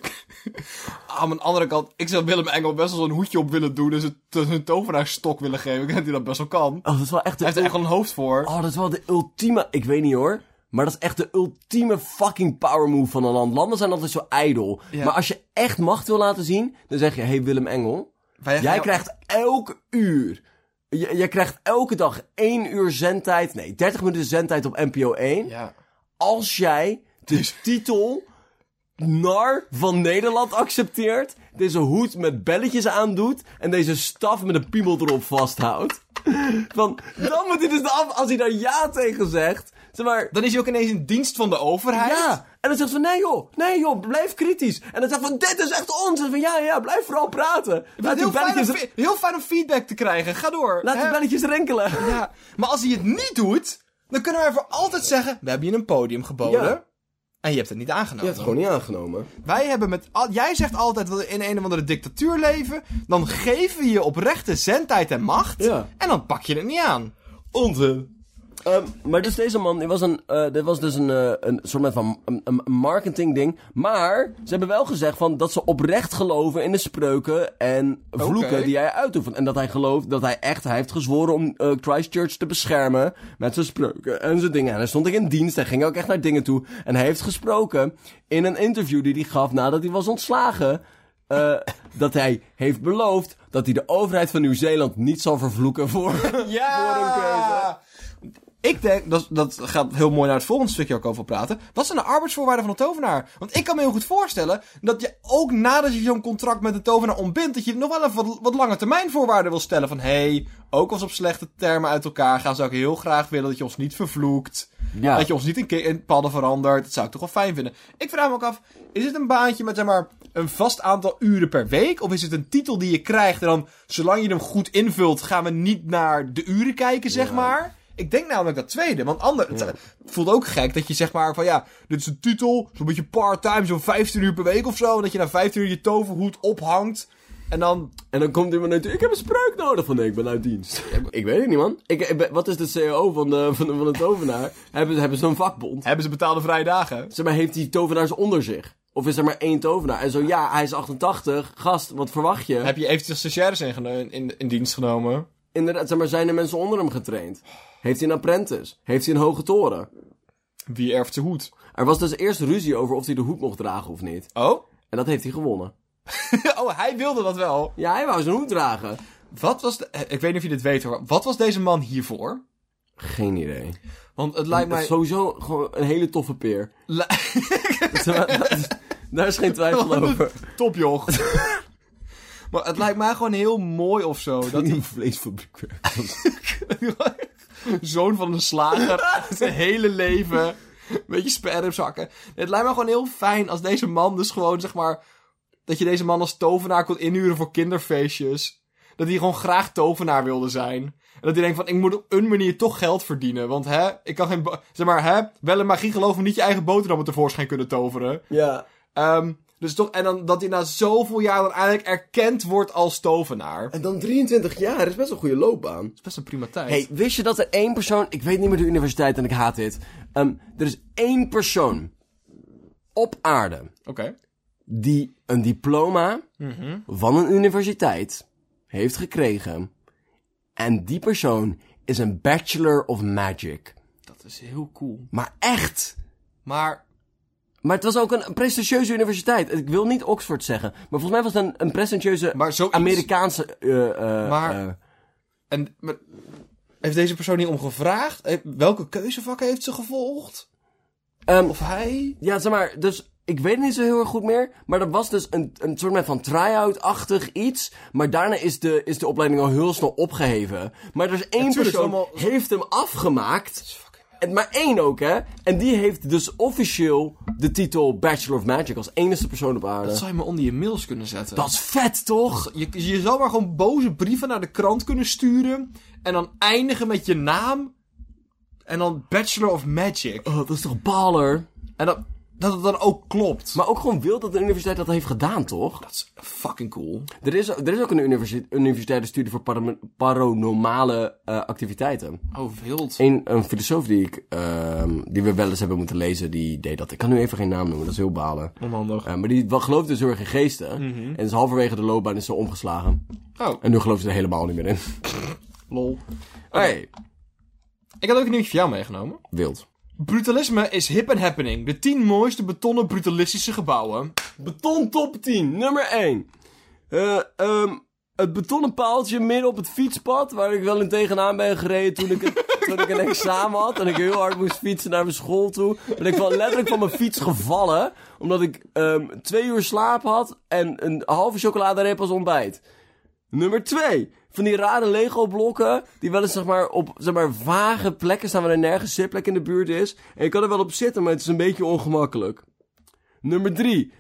S2: Aan de andere kant, ik zou Willem Engel best wel zo'n hoedje op willen doen. Dus het, een toveraarstok willen geven. Ik denk dat hij dat best wel kan. Hij
S1: Oh, dat is wel echt de,
S2: heeft er echt wel een hoofd voor.
S1: oh, dat is wel de ultieme, ik weet niet hoor. Maar dat is echt de ultieme fucking power move van een land. Landen zijn altijd zo ijdel.
S2: Ja.
S1: Maar als je echt macht wil laten zien, dan zeg je, hey Willem Engel,
S2: Wij-
S1: Jij krijgt elke uur. j- jij krijgt elke dag één uur zendtijd. Nee, 30 minuten zendtijd op NPO 1.
S2: Ja.
S1: Als jij
S2: Dus-
S1: de titel nar van Nederland accepteert. Deze hoed met belletjes aandoet. En deze staf met een piemel erop vasthoudt. Van, dan moet hij dus af als hij daar ja tegen zegt. Zeg maar,
S2: Dan is hij ook ineens in dienst van de overheid.
S1: ja. En dan zegt van, nee joh, nee joh, blijf kritisch. En dan zegt van, dit is echt onzin. Van, ja, ja, blijf vooral praten. Laat die
S2: Heel fijn, om,
S1: belletjes,
S2: fe- heel fijn om feedback te krijgen. Ga door.
S1: laat die
S2: Hè?
S1: belletjes rinkelen.
S2: Ja. Maar als hij het niet doet, dan kunnen we voor altijd zeggen... We hebben je een podium geboden.
S1: Ja.
S2: En je hebt het niet aangenomen.
S1: niet aangenomen.
S2: Wij hebben met. al- jij zegt altijd dat we in een of andere dictatuur leven. Dan geven we je oprechte zendtijd en macht.
S1: Ja.
S2: En dan pak je het niet aan.
S1: Onzin. maar dus deze man, dit was, een, eh, dit was dus een, eh, een soort met van een, een marketing ding. Maar ze hebben wel gezegd van dat ze oprecht geloven in de spreuken en vloeken
S2: Oké.
S1: die hij uitoefent. En dat hij gelooft dat hij echt, hij heeft gezworen om eh, Christchurch te beschermen met zijn spreuken en zijn dingen. En hij stond ook in dienst, hij ging ook echt naar dingen toe. En hij heeft gesproken in een interview die hij gaf nadat hij was ontslagen. eh, dat hij heeft beloofd dat hij de overheid van Nieuw-Zeeland niet zal vervloeken voor... Voor een keuze.
S2: Ik denk, dat, dat gaat heel mooi naar het volgende stukje ook over praten. Wat zijn de arbeidsvoorwaarden van een tovenaar? Want ik kan me heel goed voorstellen dat je ook nadat je zo'n contract met een tovenaar ontbindt, dat je nog wel even wat, wat lange termijn voorwaarden wil stellen. Van hé, hey, ook als we op slechte termen uit elkaar gaan, zou ik heel graag willen dat je ons niet vervloekt.
S1: Ja.
S2: Dat je ons niet in, ki- in padden verandert. Dat zou ik toch wel fijn vinden. Ik vraag me ook af, is het een baantje met zeg maar een vast aantal uren per week? Of is het een titel die je krijgt en dan, zolang je hem goed invult, gaan we niet naar de uren kijken, zeg maar? Ik denk namelijk dat tweede, want ander, het, eh, voelt ook gek dat je zeg maar van ja, dit is een titel, zo'n beetje part-time, zo'n 15 uur per week of zo. En dat je na 15 uur je toverhoed ophangt en dan
S1: En dan komt iemand uit, ik heb een spreuk nodig. Van nee, ik ben uit dienst. ik weet het niet, man. Ik, ik ben- wat is de CO van de, van de, van de tovenaar? hebben, hebben ze een vakbond?
S2: hebben ze betaalde vrije dagen.
S1: Zeg maar, heeft die tovenaars onder zich? Of is er maar één tovenaar? En zo, ja, hij is 88. Gast, wat verwacht je?
S2: Heb je eventueel stagiaires in, in, in dienst genomen?
S1: Inderdaad, zeg maar, zijn er mensen onder hem getraind? Heeft hij een apprentice? Heeft hij een hoge toren?
S2: Wie erft zijn hoed?
S1: Er was dus eerst ruzie over of hij de hoed mocht dragen of niet.
S2: Oh?
S1: En dat heeft hij gewonnen.
S2: oh, hij wilde dat wel.
S1: Ja, hij wou zijn hoed dragen.
S2: Wat was de, eh, ik weet niet of je dit weet hoor. Wat was deze man hiervoor?
S1: Geen idee.
S2: Want het lijkt
S1: Dat is
S2: mij.
S1: sowieso gewoon een hele toffe peer.
S2: li-
S1: Zeg maar, dat is- Daar is geen twijfel over.
S2: Top joch. maar het lijkt mij gewoon heel mooi of zo. Dat
S1: in een vleesfabriek werkt.
S2: zoon van een slager. zijn hele leven. Een beetje sperrip zakken. Het lijkt me gewoon heel fijn als deze man dus gewoon zeg maar. Dat je deze man als tovenaar kon inhuren voor kinderfeestjes. Dat hij gewoon graag tovenaar wilde zijn. En dat hij denkt van, ik moet op een manier toch geld verdienen. Want hè, ik kan geen... bo- Zeg maar, hè, wel een magie geloof me niet je eigen boterhammen tevoorschijn kunnen toveren.
S1: Ja.
S2: Ehm, dus toch, en dan dat hij na zoveel jaar dan eigenlijk erkend wordt als tovenaar. Dat
S1: En dan 23 jaar is best een goede loopbaan.
S2: is best een prima tijd.
S1: hey, wist je dat er één persoon... Ik weet niet meer de universiteit en ik haat dit. Ehm, er is één persoon op aarde
S2: Oké.
S1: die een diploma van een universiteit heeft gekregen. En die persoon is een Bachelor of Magic.
S2: Dat is heel cool.
S1: Maar echt...
S2: Maar
S1: Maar het was ook een prestigieuze universiteit. Ik wil niet Oxford zeggen. Maar volgens mij was het een, een prestigieuze
S2: Maar zoiets-
S1: Amerikaanse... eh, eh,
S2: Maar-
S1: eh,
S2: En maar, heeft deze persoon niet om gevraagd? Eh, Welke keuzevakken heeft ze gevolgd?
S1: ehm,
S2: Of hij?
S1: Ja, zeg maar, dus ik ik weet het niet zo heel erg goed meer. Maar er was dus een, een soort met van try-out-achtig iets. Maar daarna is de, is de opleiding al heel snel opgeheven. Maar er is één
S2: Natuurlijk,
S1: persoon
S2: allemaal-
S1: heeft hem afgemaakt. En maar één ook, hè. En die heeft dus officieel de titel Bachelor of Magic als enige persoon op aarde.
S2: Dat zou je me onder je mails kunnen zetten.
S1: Dat is vet, toch?
S2: Je, je zou maar gewoon boze brieven naar de krant kunnen sturen. En dan eindigen met je naam. En dan Bachelor of Magic.
S1: Oh, dat is toch baller?
S2: En dat, dat het dan ook klopt.
S1: Maar ook gewoon wild dat de universiteit dat heeft gedaan, toch?
S2: dat is fucking cool.
S1: Er is, er is ook een universi- universitaire studie voor para- paranormale eh, activiteiten.
S2: Oh, wild.
S1: Een, een filosoof die, ik, ehm, die we wel eens hebben moeten lezen, die deed dat. Ik kan nu even geen naam noemen, dat is heel balen.
S2: Onhandig.
S1: Eh, maar die wel geloofde dus heel erg in geesten. En is halverwege de loopbaan is ze omgeslagen.
S2: Oh,
S1: En nu gelooft ze er helemaal niet meer in.
S2: lol.
S1: Hey,
S2: Ik had ook een nieuwtje voor jou meegenomen.
S1: wild.
S2: Brutalisme is hip and happening. De 10 mooiste betonnen brutalistische gebouwen.
S1: Beton top 10, nummer 1. Eh, ehm, het betonnen paaltje midden op het fietspad, waar ik wel in tegenaan ben gereden toen ik, het- toen ik een examen had. En ik heel hard moest fietsen naar mijn school toe. Ben ik van, letterlijk van mijn fiets gevallen, omdat ik ehm, twee uur slaap had en een halve chocoladereep als ontbijt. Nummer 2. Van die rare Lego-blokken, die wel eens zeg maar, op zeg maar, vage plekken staan waar er nergens zitplek in de buurt is. En je kan er wel op zitten, maar het is een beetje ongemakkelijk. Nummer 3.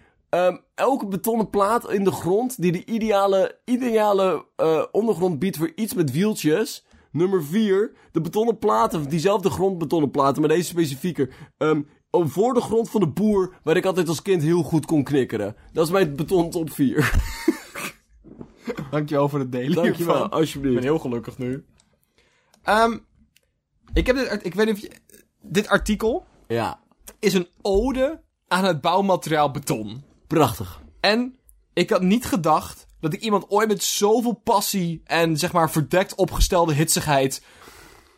S1: elke betonnen plaat in de grond die de ideale, ideale eh, ondergrond biedt voor iets met wieltjes. Nummer 4. De betonnen platen, diezelfde grondbetonnen platen, maar deze specifieker. Ehm, op- voor de grond van de boer, waar ik altijd als kind heel goed kon knikkeren. Dat is mijn beton top 4.
S2: Dankjewel voor het delen.
S1: Dankjewel,
S2: hiervan. Ik ben
S1: alsjeblieft.
S2: heel gelukkig nu. Ehm, ik heb dit... art- Ik weet niet of je... Dit artikel
S1: Ja,
S2: is een ode aan het bouwmateriaal beton.
S1: prachtig.
S2: En ik had niet gedacht dat ik iemand ooit met zoveel passie en zeg maar verdekt opgestelde hitsigheid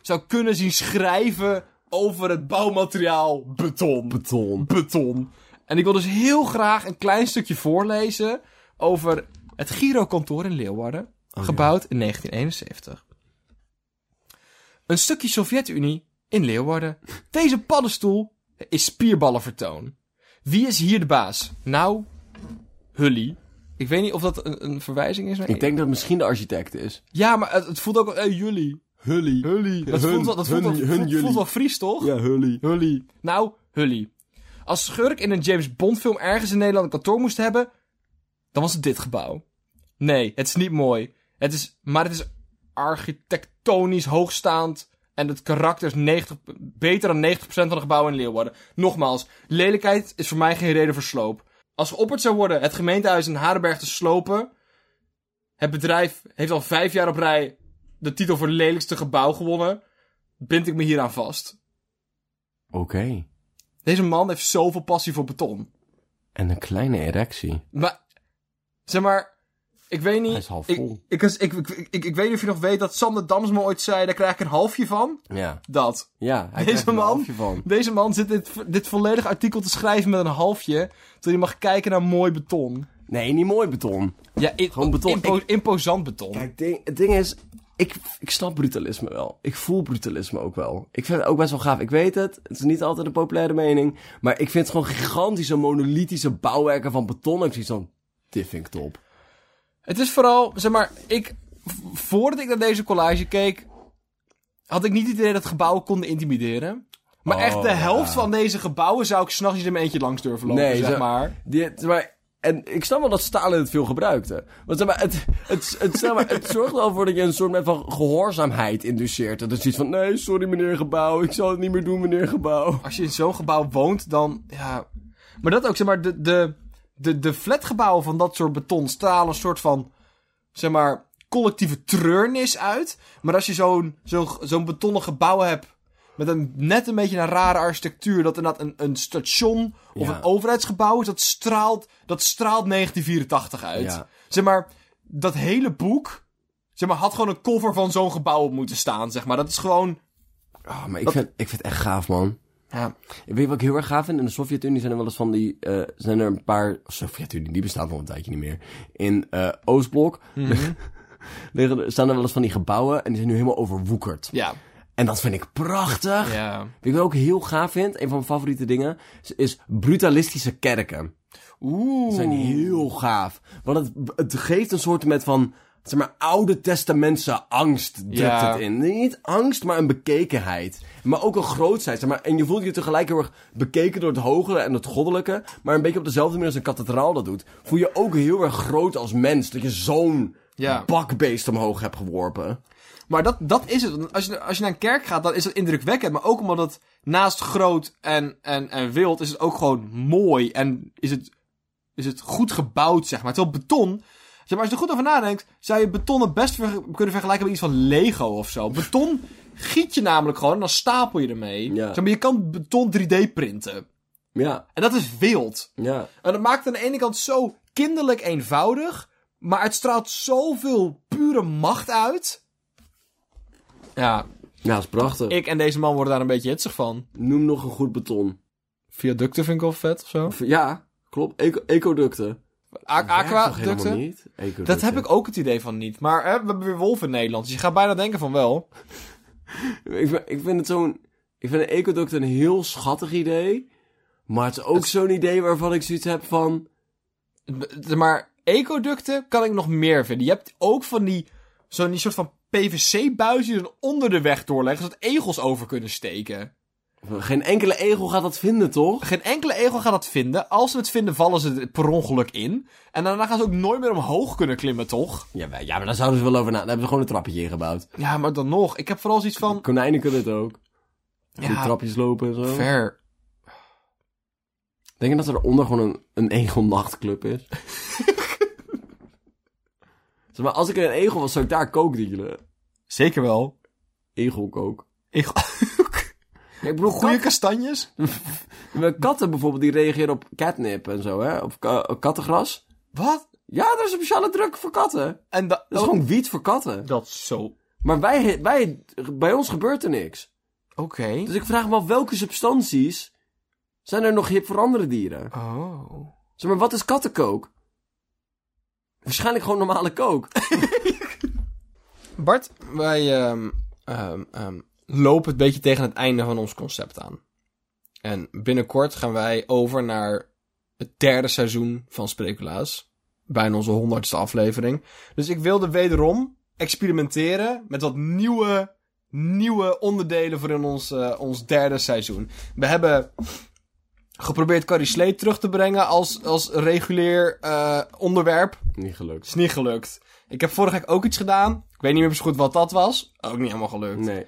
S2: zou kunnen zien schrijven over het bouwmateriaal beton.
S1: Beton.
S2: Beton. En ik wil dus heel graag een klein stukje voorlezen over het Giro-kantoor in
S1: Oh,
S2: Leeuwarden, gebouwd in 1971. Een stukje Sovjet-Unie in Leeuwarden. Deze paddenstoel is spierballenvertoon. Wie is hier de baas? Nou, Hully. Ik weet niet of dat een, een verwijzing is. naar-
S1: Ik denk dat het misschien de architect is.
S2: Ja, maar het, het voelt ook... eh, jullie.
S1: Hully. Hully.
S2: Dat voelt wel, dat voelt wel, voelt- voelt wel Fries, toch?
S1: Ja, Hully.
S2: Hully. Nou, Hully. Als schurk in een James Bond film ergens in Nederland een kantoor moest hebben, dan was het dit gebouw. Nee, het is niet mooi. Het is, maar het is architectonisch hoogstaand en het karakter is 90, beter dan 90% van de gebouwen in Leeuwarden. Nogmaals, lelijkheid is voor mij geen reden voor sloop. Als geopperd zou worden het gemeentehuis in Harenberg te slopen, het bedrijf heeft al vijf jaar op rij de titel voor lelijkste gebouw gewonnen, bind ik me hieraan vast.
S1: Oké.
S2: Deze man heeft zoveel passie voor beton.
S1: En een kleine erectie.
S2: Maar, zeg maar, ik weet niet.
S1: Hij is half
S2: ik-
S1: vol.
S2: Ik, ik, ik, ik, ik, weet niet of je nog weet dat Sander Damsma ooit zei: daar krijg ik een halfje van.
S1: Ja.
S2: Dat.
S1: Ja, hij
S2: Deze
S1: krijgt er een
S2: man.
S1: halfje van.
S2: Deze man zit dit, dit volledige artikel te schrijven met een halfje. Zodat je mag kijken naar mooi beton.
S1: Nee, niet mooi beton.
S2: Ja, i-
S1: Gewoon beton.
S2: impo- imposant beton.
S1: Kijk, ding, het ding is, ik, ik snap brutalisme wel. Ik voel brutalisme ook wel. Ik vind het ook best wel gaaf. Ik weet het, het is niet altijd een populaire mening. Maar ik vind het gewoon gigantische monolithische bouwwerken van beton. En Ik zie zo'n tiffing top.
S2: Het is vooral, zeg maar, ik. v- Voordat ik naar deze collage keek, had ik niet het idee dat gebouwen konden intimideren. Maar
S1: Oh,
S2: echt de helft
S1: ja.
S2: van deze gebouwen zou ik s'nachts niet in mijn eentje langs durven lopen,
S1: Nee,
S2: zeg
S1: zo-
S2: maar.
S1: Die, zeg maar, en ik snap wel dat Stalin het veel gebruikte. Want zeg maar, het, het, het, zeg maar, het zorgt er wel voor dat je een soort met van gehoorzaamheid induceert. Dat het zoiets van, nee, sorry meneer Gebouw, ik zal het niet meer doen meneer Gebouw.
S2: Als je in zo'n gebouw woont, dan, ja... Maar dat ook, zeg maar, de, de, de, de flatgebouwen van dat soort beton stralen een soort van, zeg maar, collectieve treurnis uit. Maar als je zo'n zo'n zo'n betonnen gebouw hebt met een, net een beetje een rare architectuur, dat inderdaad een, een station of
S1: Ja.
S2: een overheidsgebouw is, dat straalt, dat straalt 1984 uit.
S1: Ja.
S2: Zeg maar, dat hele boek, zeg maar, had gewoon een cover van zo'n gebouw op moeten staan, zeg maar. Dat is gewoon...
S1: Ah, maar ik vind, ik vind het echt gaaf, man.
S2: Ja,
S1: Weet je wat ik heel erg gaaf vind? In de Sovjet-Unie zijn er wel eens van die... eh, zijn er een paar... Sovjet-Unie, die bestaat al een tijdje niet meer. In eh,
S2: Mhm.
S1: Oostblok liggen er- staan er wel eens van die gebouwen... en die zijn nu helemaal overwoekerd.
S2: ja.
S1: En dat vind ik prachtig.
S2: Ja.
S1: Wat ik ook heel gaaf vind, een van mijn favoriete dingen, is- is brutalistische kerken.
S2: Oeh.
S1: Die zijn heel gaaf. Want het, het geeft een soort met van, zeg maar, oude testamentse angst drukt
S2: Ja.
S1: het in. Niet angst, maar een bekekenheid. Maar ook een grootheid. Zeg maar, en je voelt je tegelijk heel erg bekeken door het hogere en het goddelijke. Maar een beetje op dezelfde manier als een kathedraal dat doet. Voel je ook heel erg groot als mens. Dat je zo'n
S2: Ja.
S1: bakbeest omhoog hebt geworpen.
S2: Maar dat, dat is het. Want Als je, als je naar een kerk gaat, dan is dat indrukwekkend. Maar ook omdat het naast groot en, en, en wild is het ook gewoon mooi. En is het, is het goed gebouwd, zeg maar. Terwijl beton... Zeg maar, als je er goed over nadenkt, zou je beton het best ver- kunnen vergelijken met iets van Lego of zo. Beton giet je namelijk gewoon en dan stapel je ermee.
S1: Ja.
S2: Zeg maar, je kan beton 3D printen.
S1: Ja,
S2: En dat is wild.
S1: ja.
S2: En dat maakt het aan de ene kant zo kinderlijk eenvoudig, maar het straalt zoveel pure macht uit. Ja,
S1: Ja, Nou, dat is prachtig.
S2: ik en deze man worden daar een beetje hitsig van.
S1: Noem nog een goed beton.
S2: Viaducten vind ik wel vet of zo.
S1: Ja, klopt. Eco ecoducten. Werkt toch helemaal
S2: Aquaducten.
S1: niet? Ecoducten.
S2: Dat heb ik ook het idee van niet. Maar hè, we hebben weer wolven in Nederland, dus je gaat bijna denken van wel.
S1: Ik, vind- ik vind het zo'n... Ik vind een ecoduct een heel schattig idee. Maar het is ook zo'n idee waarvan ik zoiets heb van...
S2: B- Maar ecoducten kan ik nog meer vinden. Je hebt ook van die, zo'n die soort van PVC-buisjes die dan onder de weg doorleggen, zodat egels over kunnen steken.
S1: Geen enkele egel gaat dat vinden, toch?
S2: Geen enkele egel gaat dat vinden. Als ze het vinden, vallen ze er per ongeluk in. En daarna gaan ze ook nooit meer omhoog kunnen klimmen, toch?
S1: Ja, maar, ja, maar daar zouden ze wel over na... Daar hebben ze gewoon een trappetje in gebouwd.
S2: Ja, maar dan nog. Ik heb vooral zoiets van...
S1: Konijnen kunnen het ook. Die
S2: Ja,
S1: trapjes lopen en zo.
S2: ver.
S1: Denk je dat er onder gewoon een, een egelnachtclub is? zeg maar, als ik in een egel was, zou ik daar kook dealen.
S2: Zeker wel.
S1: Egelkook.
S2: Egel...
S1: Ja, ik bedoel,
S2: Goeie kastanjes?
S1: Mijn katten bijvoorbeeld, die reageren op catnip en zo, hè? Op ka- op kattengras.
S2: Wat?
S1: Ja, er is een speciale druk voor katten.
S2: En da- Oh.
S1: Dat is gewoon wiet voor katten.
S2: Dat is zo... Oké.
S1: Maar wij, wij, bij ons gebeurt er niks. Dus ik vraag me af, welke substanties zijn er nog hip voor andere dieren?
S2: Oh.
S1: Zeg maar, wat is kattenkook? Waarschijnlijk gewoon normale kook.
S2: Bart, wij ehm, ehm, ehm, lopen een beetje tegen het einde van ons concept aan. En binnenkort gaan wij over naar het derde seizoen van Speculaas. Bijna onze honderdste aflevering. Dus ik wilde wederom experimenteren met wat nieuwe, nieuwe onderdelen voor in ons, eh, ons derde seizoen. We hebben geprobeerd Carrie Slee terug te brengen als, als regulier eh, onderwerp.
S1: Niet gelukt.
S2: Is niet gelukt. Ik heb vorige week ook iets gedaan. Ik weet niet meer zo goed wat dat was. Ook niet helemaal gelukt.
S1: Nee.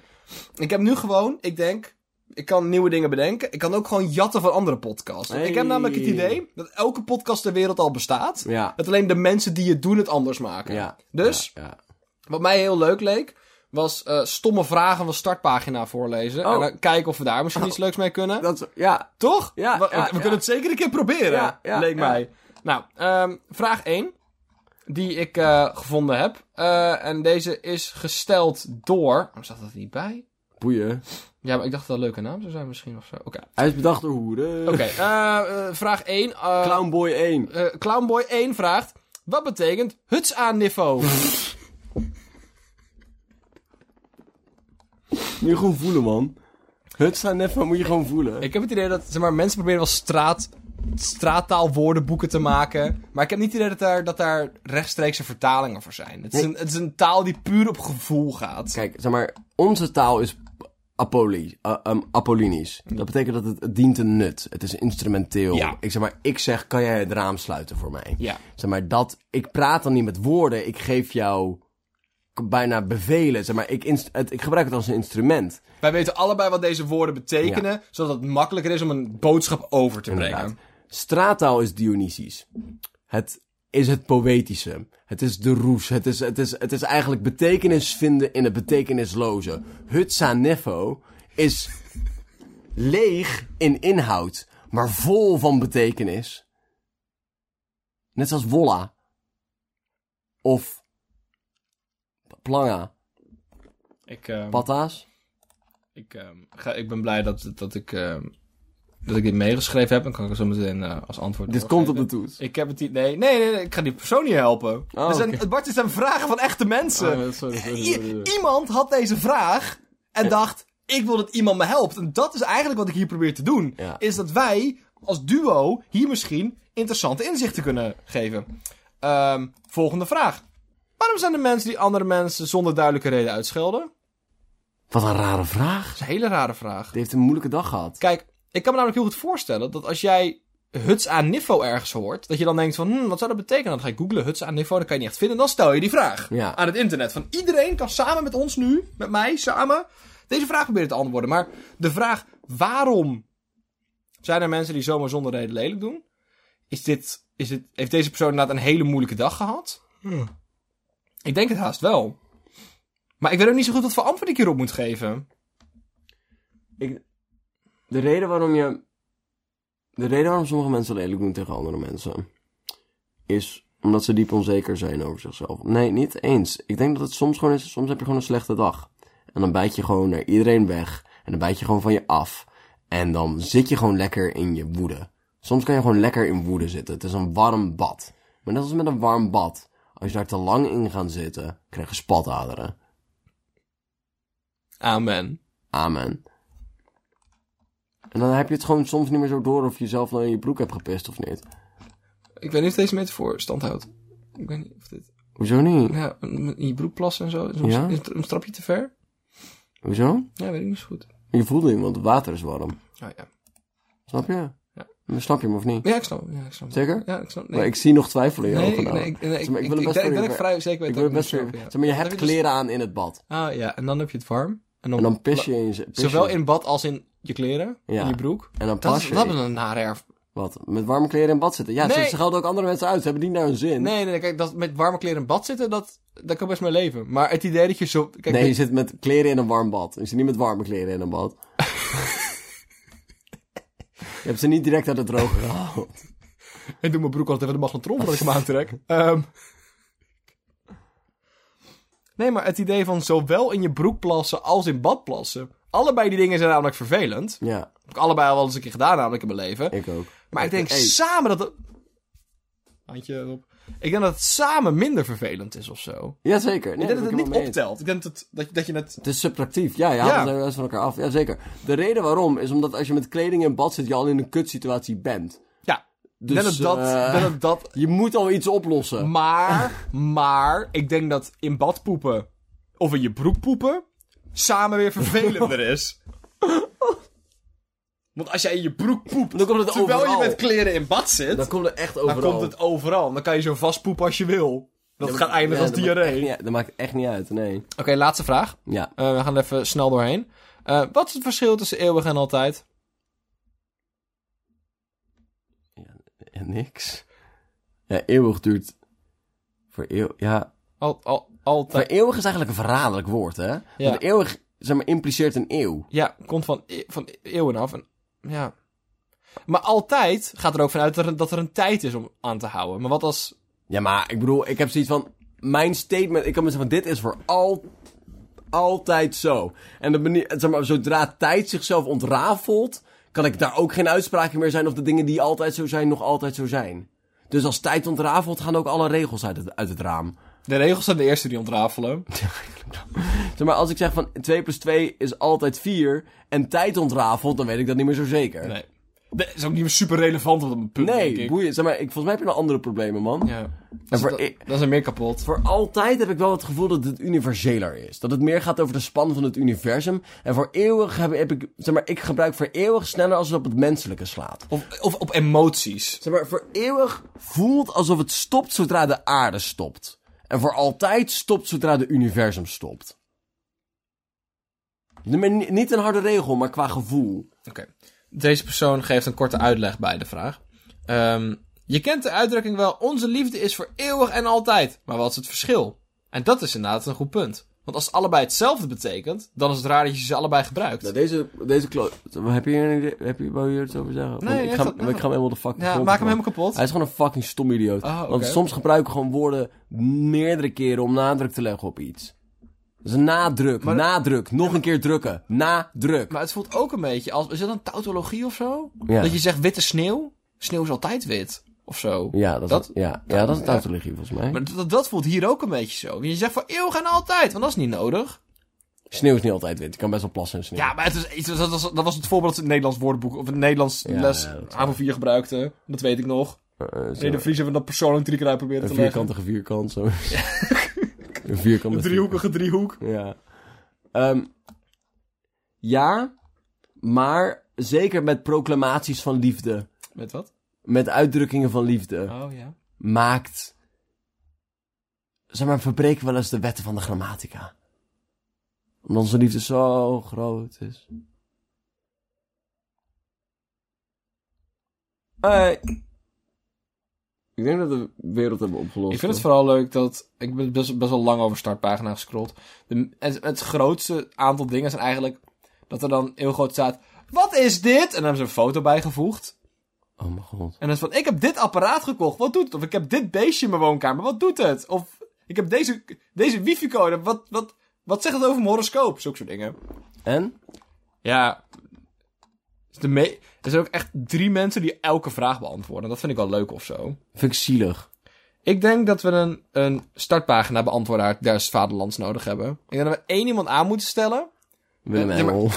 S2: Ik heb nu gewoon, ik denk, ik kan nieuwe dingen bedenken. Ik kan ook gewoon jatten van andere podcasts. Want Ik heb
S1: Hey.
S2: namelijk het idee dat elke podcast ter wereld al bestaat.
S1: Ja.
S2: Dat alleen de mensen die het doen het anders maken.
S1: Ja.
S2: Dus,
S1: Ja.
S2: wat mij heel leuk leek, was eh, stomme vragen van de startpagina voorlezen.
S1: Oh.
S2: En dan kijken of we daar misschien iets leuks mee kunnen.
S1: Dat, is- ja.
S2: Toch?
S1: Ja,
S2: we
S1: ja,
S2: we
S1: ja.
S2: kunnen het zeker een keer proberen,
S1: Ja, ja,
S2: leek
S1: ja.
S2: mij. Nou, ehm, vraag 1, die ik eh, gevonden heb. Eh, en deze is gesteld door... Waarom staat dat er niet bij?
S1: Boeien.
S2: Ja, maar ik dacht dat dat een leuke naam zou zijn misschien of zo. Oké,
S1: Hij is bedacht door hoeren.
S2: oké. eh, eh, vraag 1. eh
S1: Clownboy 1.
S2: eh, Clownboy 1 vraagt... Wat betekent huts aan niveau?
S1: Moet je gewoon voelen, man. Het staan net van, moet je gewoon voelen.
S2: ik heb het idee dat zeg maar, mensen proberen wel straat, straattaalwoordenboeken te maken. Maar ik heb niet het idee dat daar, dat daar rechtstreekse vertalingen voor zijn. Het is, een, het is een taal die puur op gevoel gaat.
S1: Kijk, zeg maar, onze taal is apoli, eh, ehm, apollinisch. Dat betekent dat het, het dient een nut. Het is instrumenteel.
S2: Ja.
S1: Ik zeg maar, ik zeg, kan jij het raam sluiten voor mij?
S2: Ja.
S1: Zeg maar, dat, ik praat dan niet met woorden. Ik geef jou k- bijna bevelen. Zeg maar, ik, inst- het, ik gebruik het als een instrument.
S2: Wij weten allebei wat deze woorden betekenen, zodat het makkelijker is om een boodschap over te brengen.
S1: Straattaal is Dionysisch. Het is het poëtische. Het is de roes. Het is, het is, het is eigenlijk betekenis vinden in het betekenisloze. Hutsa Neffo is leeg in inhoud, maar vol van betekenis. Net zoals Wolla. Of Planga.
S2: Ik, ehm,
S1: Patta's.
S2: ik, ehm, ga, ik ben blij dat, dat, ik, ehm, dat ik dit meegeschreven heb en kan ik het zo meteen eh, als antwoord
S1: Dit
S2: doorgeven.
S1: komt op de toets.
S2: Ik heb het niet. Nee, nee, nee, nee, ik ga die persoon niet helpen.
S1: Oh,
S2: Er zijn, Bart, dit zijn vragen van echte mensen. I- Iemand had deze vraag. En dacht, ik wil dat iemand me helpt. En dat is eigenlijk wat ik hier probeer te doen.
S1: Ja.
S2: Is dat wij als duo hier misschien interessante inzichten kunnen geven. Ehm, volgende vraag. Waarom zijn er mensen die andere mensen zonder duidelijke reden uitschelden? Dat
S1: Wat een rare vraag.
S2: is een hele rare vraag.
S1: Die heeft een moeilijke dag gehad.
S2: Kijk, ik kan me namelijk heel goed voorstellen dat als jij huts aan niffo ergens hoort, dat je dan denkt van, hmm, wat zou dat betekenen? Dan ga je googlen huts aan niffo, dan kan je niet echt vinden. Dan stel je die vraag
S1: Ja.
S2: aan het internet. Van iedereen kan samen met ons nu, met mij samen, deze vraag proberen te antwoorden. Maar de vraag, waarom zijn er mensen die zomaar zonder reden lelijk doen? Is dit, is dit, heeft deze persoon inderdaad een hele moeilijke dag gehad? Ik denk het haast wel. Maar ik weet ook niet zo goed wat voor antwoord ik hierop moet geven.
S1: Ik, de reden waarom je... De reden waarom sommige mensen lelijk doen tegen andere mensen... is omdat ze diep onzeker zijn over zichzelf. Nee, niet eens. Ik denk dat het soms gewoon is... Soms heb je gewoon een slechte dag. En dan bijt je gewoon naar iedereen weg. En dan bijt je gewoon van je af. En dan zit je gewoon lekker in je woede. Soms kan je gewoon lekker in woede zitten. Het is een warm bad. Maar net als met een warm bad... Als je daar te lang in gaat zitten, krijg je spataderen.
S2: Amen.
S1: Amen. En dan heb je het gewoon soms niet meer zo door of je zelf nou in je broek hebt gepist of niet.
S2: Ik weet niet of deze metafoor stand houdt. Ik weet niet of dit...
S1: Hoezo niet?
S2: Ja, in je broek plassen en zo. Is een,
S1: Ja?
S2: is het een trapje te ver?
S1: Hoezo?
S2: Ja, weet ik niet zo goed.
S1: Je voelt niet, want het water is warm.
S2: Oh, ja.
S1: Snap je?
S2: Ja.
S1: Maar Snap je hem of niet?
S2: ja, ik snap hem, Ja, ik snap hem.
S1: Zeker?
S2: Ja, ik snap
S1: Maar
S2: nee.
S1: ik zie nog twijfel in je
S2: Nee,
S1: ogen.
S2: ik-
S1: nou.
S2: nee, ik- nee, ik-
S1: Zeg maar,
S2: ik-
S1: wil het
S2: ik
S1: best
S2: denk-
S1: voor
S2: ik
S1: je
S2: denk
S1: wer-
S2: vrij zeker
S1: Ik
S2: weten
S1: wil het
S2: dat
S1: best
S2: ik hem
S1: voor je-
S2: snap, ja.
S1: Zeg maar, je
S2: Dan
S1: hebt
S2: heb je dus-
S1: kleren aan in het bad.
S2: Ah ja, en dan heb je het warm. En dan,
S1: En dan pis je in je... pis je-
S2: Zowel in bad als in je kleren.
S1: Ja.
S2: In je broek.
S1: En dan
S2: Dat
S1: pas
S2: is,
S1: je...
S2: dat is een nare erf.
S1: Wat? Met warme kleren in bad zitten? Ja, ze,
S2: Nee.
S1: ze gelden ook andere mensen uit. Ze hebben niet naar hun zin.
S2: Nee, nee, nee, kijk, dat met warme kleren in bad zitten, dat, dat kan best mijn leven. Maar het idee dat je zo... Kijk,
S1: Nee, je
S2: dit-
S1: zit met kleren in een warm bad. Je zit niet met warme kleren in een bad. je hebt ze niet direct uit het droge gehaald.
S2: Ik doe mijn broek altijd even de magnetron voordat ik hem aantrek. Ehm. nee, maar het idee van zowel in je broek plassen als in bad plassen. Allebei die dingen zijn namelijk vervelend.
S1: Ja,
S2: Heb ik allebei al wel eens een keer gedaan namelijk in mijn leven.
S1: ik ook.
S2: Maar ik denk
S1: Hey.
S2: samen dat... het- Handje op. Ik denk dat het samen minder vervelend is of zo.
S1: Jazeker. Nee, Oh, ben
S2: ik denk dat het niet
S1: helemaal mee eens.
S2: optelt. Ik denk dat, het- dat, je- dat je het...
S1: Het is subtractief. Ja, je haalt
S2: Ja.
S1: het wel eens van elkaar af. Jazeker. De reden waarom is omdat als je met kleding in bad zit, je al in een kutsituatie bent.
S2: Ja,
S1: Dus,
S2: ik denk dat dat,
S1: eh,
S2: ik denk dat, dat
S1: Je moet al iets oplossen.
S2: Maar, maar, ik denk dat in bad poepen of in je broek poepen samen weer vervelender is. Want als jij in je broek poept,
S1: Dan komt het
S2: terwijl
S1: overal.
S2: je met kleren in bad zit,
S1: Dan
S2: dan,
S1: komt het echt overal.
S2: komt het overal. Dan kan je zo vast poepen als je wil. Dat gaat eindigen
S1: Ja,
S2: als
S1: dat maakt echt
S2: diarree.
S1: niet
S2: Oké,
S1: uit. Dat maakt echt niet uit, nee.
S2: laatste vraag.
S1: Ja.
S2: Eh, we gaan er even snel doorheen. Eh, wat is het verschil tussen eeuwig en altijd?
S1: En Niks. Ja, eeuwig duurt... Voor eeuw... Ja,
S2: Al, al, altijd.
S1: Maar eeuwig is eigenlijk een verraderlijk woord, hè? Want eeuwig, zeg maar, impliceert een eeuw.
S2: Ja, komt van, e- van eeuwen af. En, ja. Maar altijd gaat er ook vanuit dat er, dat er een tijd is om aan te houden. Maar wat als...
S1: Ja, maar ik bedoel, ik heb zoiets van... Mijn statement, ik kan me zeggen van, dit is voor al, altijd zo. En de manier, zeg maar, zodra tijd zichzelf ontrafelt... kan ik daar ook geen uitspraken meer zijn... of de dingen die altijd zo zijn, nog altijd zo zijn. Dus als tijd ontrafelt, gaan ook alle regels uit het, uit het raam.
S2: De regels zijn de eerste die ontrafelen.
S1: Zeg maar, als ik zeg van 2 plus 2 is altijd 4... en tijd ontrafelt, dan weet ik dat niet meer zo zeker.
S2: Nee. Dat is ook niet meer super relevant op een punt, denk
S1: Nee,
S2: ik.
S1: boeien. Zeg maar, ik, volgens mij heb je nog andere problemen, man.
S2: Ja.
S1: En
S2: Dus
S1: voor
S2: dat,
S1: e-
S2: dat is er meer kapot.
S1: Voor altijd heb ik wel het gevoel dat het universeler is. Dat het meer gaat over de span van het universum. En voor eeuwig heb, heb ik, zeg maar, ik gebruik voor eeuwig sneller als het op het menselijke slaat.
S2: Of, of op emoties.
S1: Zeg maar, voor eeuwig voelt alsof het stopt zodra de aarde stopt. En voor altijd stopt zodra de universum stopt. Nee, maar ni- niet een harde regel, maar qua gevoel.
S2: Oké. Deze persoon geeft een korte uitleg bij de vraag. Ehm, je kent de uitdrukking wel, onze liefde is voor eeuwig en altijd. Maar wat is het verschil? En dat is inderdaad een goed punt. Want als het allebei hetzelfde betekent, dan is het raar dat je ze allebei gebruikt.
S1: deze, deze kloot... Heb je hier een idee? Heb je, wou je hier iets over zeggen? Want
S2: Nee,
S1: ik,
S2: echt
S1: ga,
S2: dat-
S1: hem- ik ga hem helemaal de fucking
S2: ja,
S1: grond
S2: maak hem
S1: in.
S2: helemaal kapot.
S1: Hij is gewoon een fucking stom idioot.
S2: Ah, oké.
S1: Want soms gebruiken we gewoon woorden meerdere keren om nadruk te leggen op iets. Dat is een nadruk, nadruk, nog een keer drukken, nadruk.
S2: Maar het voelt ook een beetje als... Is dat een tautologie of zo?
S1: Ja.
S2: Dat je zegt witte sneeuw. Sneeuw is altijd wit. Of zo.
S1: ja, dat,
S2: dat-
S1: is, ja, ja, dat is tautologie volgens mij.
S2: Maar dat, dat voelt hier ook een beetje zo. Je zegt voor eeuwig en altijd, want dat is niet nodig.
S1: Sneeuw is niet altijd wit. Je kan best wel plassen in sneeuw.
S2: Ja, maar het is iets, dat, was, dat was het voorbeeld dat het Nederlands woordenboek of het Nederlands
S1: Ja,
S2: les
S1: ja, dat is
S2: HAVO 4 gebruikte. Dat weet ik nog.
S1: Eh, eh, zo.
S2: Nee, de Vries hebben dat persoonlijk drie keer uit proberen
S1: Een
S2: te leggen.
S1: vierkantige vierkant, zo. een vierkant
S2: Een
S1: met
S2: driehoekige driehoek.
S1: Ja. Ehm, ja, maar zeker met proclamaties van liefde.
S2: Met wat?
S1: Met uitdrukkingen van liefde.
S2: Oh ja.
S1: Maakt. Zeg maar, verbreken wel eens de wetten van de grammatica. Omdat onze liefde zo groot is. Eh, ik denk dat we de wereld hebben opgelost.
S2: Ik vind het
S1: hoor.
S2: vooral leuk dat. Ik ben best, best wel lang over startpagina gescrollt. De, het, het grootste aantal dingen zijn eigenlijk. Dat er dan heel groot staat. Wat is dit? En dan hebben ze een foto bijgevoegd.
S1: Oh mijn god.
S2: En dan is van: Ik heb dit apparaat gekocht. Wat doet het? Of ik heb dit beestje in mijn woonkamer. Wat doet het? Of ik heb deze, deze wifi-code. Wat, wat, wat zegt het over mijn horoscoop? Zulke soort dingen.
S1: En?
S2: Ja. Is de me- er zijn ook echt drie mensen die elke vraag beantwoorden. Dat vind ik wel leuk of zo.
S1: Vind ik zielig.
S2: Ik denk dat we een, een startpagina beantwoordaar des vaderlands nodig hebben. Ik denk dat we één iemand aan moeten stellen.
S1: Willem
S2: Ja, maar-
S1: Engel.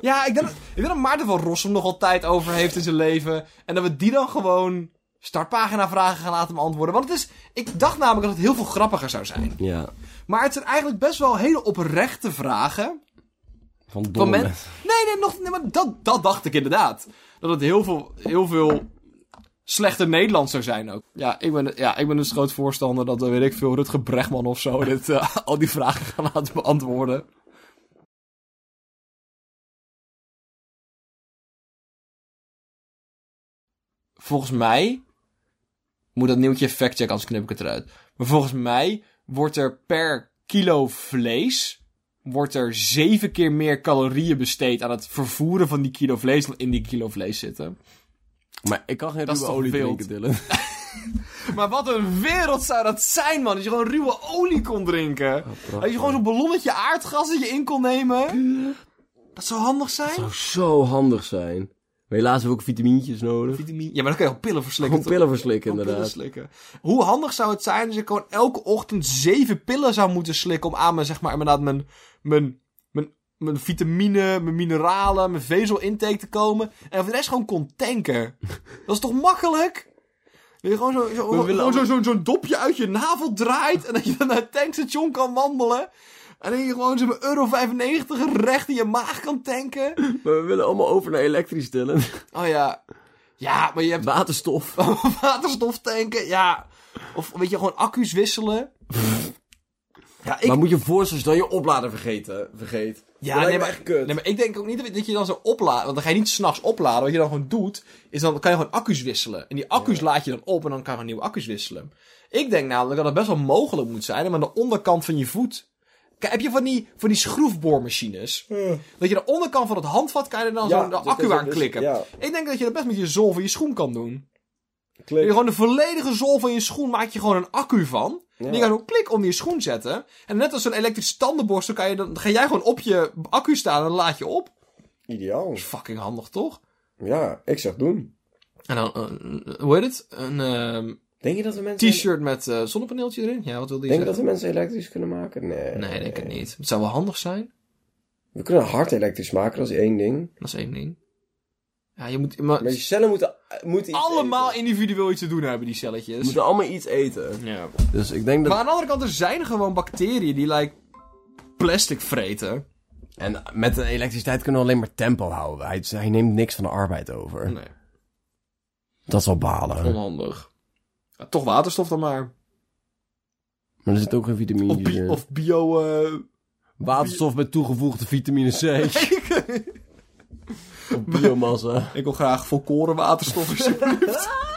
S2: Ja, ik denk, dat, ik denk dat Maarten van Rossum nog wel tijd over heeft in zijn leven. En dat we die dan gewoon startpagina vragen gaan laten beantwoorden. Want het is, ik dacht namelijk dat het heel veel grappiger zou zijn.
S1: Ja.
S2: Maar het zijn eigenlijk best wel hele oprechte vragen.
S1: Van domme
S2: Van men-
S1: mensen.
S2: Nee, nee, nog, nee maar dat, dat dacht ik inderdaad. Dat het heel veel, heel veel slechter Nederlands zou zijn ook. Ja, ik ben, ja, ik ben dus groot voorstander dat, eh, weet ik veel, Rutger Bregman of zo, dit, eh, al die vragen gaan laten beantwoorden. Volgens mij moet dat nieuwtje factchecken, anders knip ik het eruit. Maar volgens mij wordt er per kilo vlees wordt er zeven keer meer calorieën besteed aan het vervoeren van die kilo vlees dan in die kilo vlees zitten.
S1: Maar ik kan geen
S2: Dat is
S1: ruwe
S2: toch
S1: olie
S2: wild?
S1: drinken, Dylan.
S2: Maar wat een wereld zou dat zijn, man. Dat je gewoon ruwe olie kon drinken. dat je gewoon zo'n ballonnetje aardgas dat je in kon nemen. Dat zou handig zijn.
S1: zou zo handig zijn. Maar helaas hebben we ook vitamintjes nodig.
S2: Vitamine. Ja, maar dan kun je ook pillen verslikken.
S1: Gewoon pillen verslikken,
S2: Gewoon pillen
S1: inderdaad.
S2: slikken. Hoe handig zou het zijn als ik gewoon elke ochtend zeven pillen zou moeten slikken om aan mijn, zeg maar, inderdaad mijn, mijn, mijn, mijn vitamine, mijn mineralen, mijn vezelintake te komen. En voor de rest gewoon kon tanken. Dat is toch makkelijk? Dat je gewoon zo'n zo,
S1: willen
S2: gewoon
S1: allemaal-
S2: zo, zo, zo'n dopje uit je navel draait en dat je dan naar het tankstation kan wandelen. En dat je gewoon zo'n euro 95 recht in je maag kan tanken.
S1: Maar we willen allemaal over naar elektrisch, Dylan.
S2: Oh ja. Ja, maar je hebt
S1: Waterstof.
S2: waterstof tanken, ja. Of weet je, gewoon accu's wisselen. Ja, ik,
S1: Maar moet je voorstellen als je dan je oplader vergeten, vergeet?
S2: ja,
S1: Dat lijkt
S2: nee,
S1: me
S2: maar,
S1: echt kut.
S2: nee, maar ik denk ook niet dat- dat je dan zo opladen. Want dan ga je niet s'nachts opladen. Wat je dan gewoon doet, is dan kan je gewoon accu's wisselen. En die accu's laad je dan op en dan kan je nieuwe accu's wisselen. Ik denk namelijk dat het best wel mogelijk moet zijn om aan de onderkant van je voet. Kijk, heb je van die, van die schroefboormachines? Dat je de onderkant van het handvat kan je er dan
S1: Hm. Ja,
S2: zo'n
S1: dat
S2: accu
S1: is ook
S2: aan
S1: dus-
S2: klikken.
S1: ja.
S2: Ik denk dat je dat best met je zool van je schoen kan doen.
S1: Klik.
S2: Je gewoon de volledige zool van je schoen maak je gewoon een accu van.
S1: Ja.
S2: Die kan je zo klik om je schoen zetten. En net als zo'n elektrische tandenborstel kan je dan, ga jij gewoon op je accu staan en dan laad je op.
S1: Ideaal.
S2: Dat is fucking handig, toch?
S1: Ja, ik zeg doen.
S2: En dan, eh, hoe heet het? Een ehm,
S1: Denk je dat we mensen...
S2: t-shirt met eh, zonnepaneeltje erin. Ja, wat wil die
S1: Denk je dat we
S2: zeggen?
S1: mensen elektrisch kunnen maken? Nee.
S2: Nee, denk ik niet. Het zou wel handig zijn.
S1: We kunnen hard elektrisch maken, dat is één ding.
S2: Dat is één ding. Ja, je moet... Maar,
S1: Maar je cellen moeten, eh, moeten iets
S2: allemaal
S1: eten.
S2: individueel iets te doen hebben, die
S1: Ze
S2: celletjes.
S1: moeten allemaal iets eten.
S2: Ja.
S1: Dus ik denk
S2: Maar
S1: dat...
S2: aan de andere kant, er zijn gewoon bacteriën die, like, plastic vreten.
S1: En met de elektriciteit kunnen we alleen maar tempo houden. Hij, hij neemt niks van de arbeid over.
S2: Nee.
S1: Dat is wel balen.
S2: Onhandig. Ja, toch waterstof dan maar.
S1: Maar er zit ook geen vitamine
S2: Of, bi-
S1: in.
S2: of bio... eh,
S1: Waterstof met toegevoegde vitamine C. of biomassa.
S2: ik wil graag volkoren waterstof. alsjeblieft.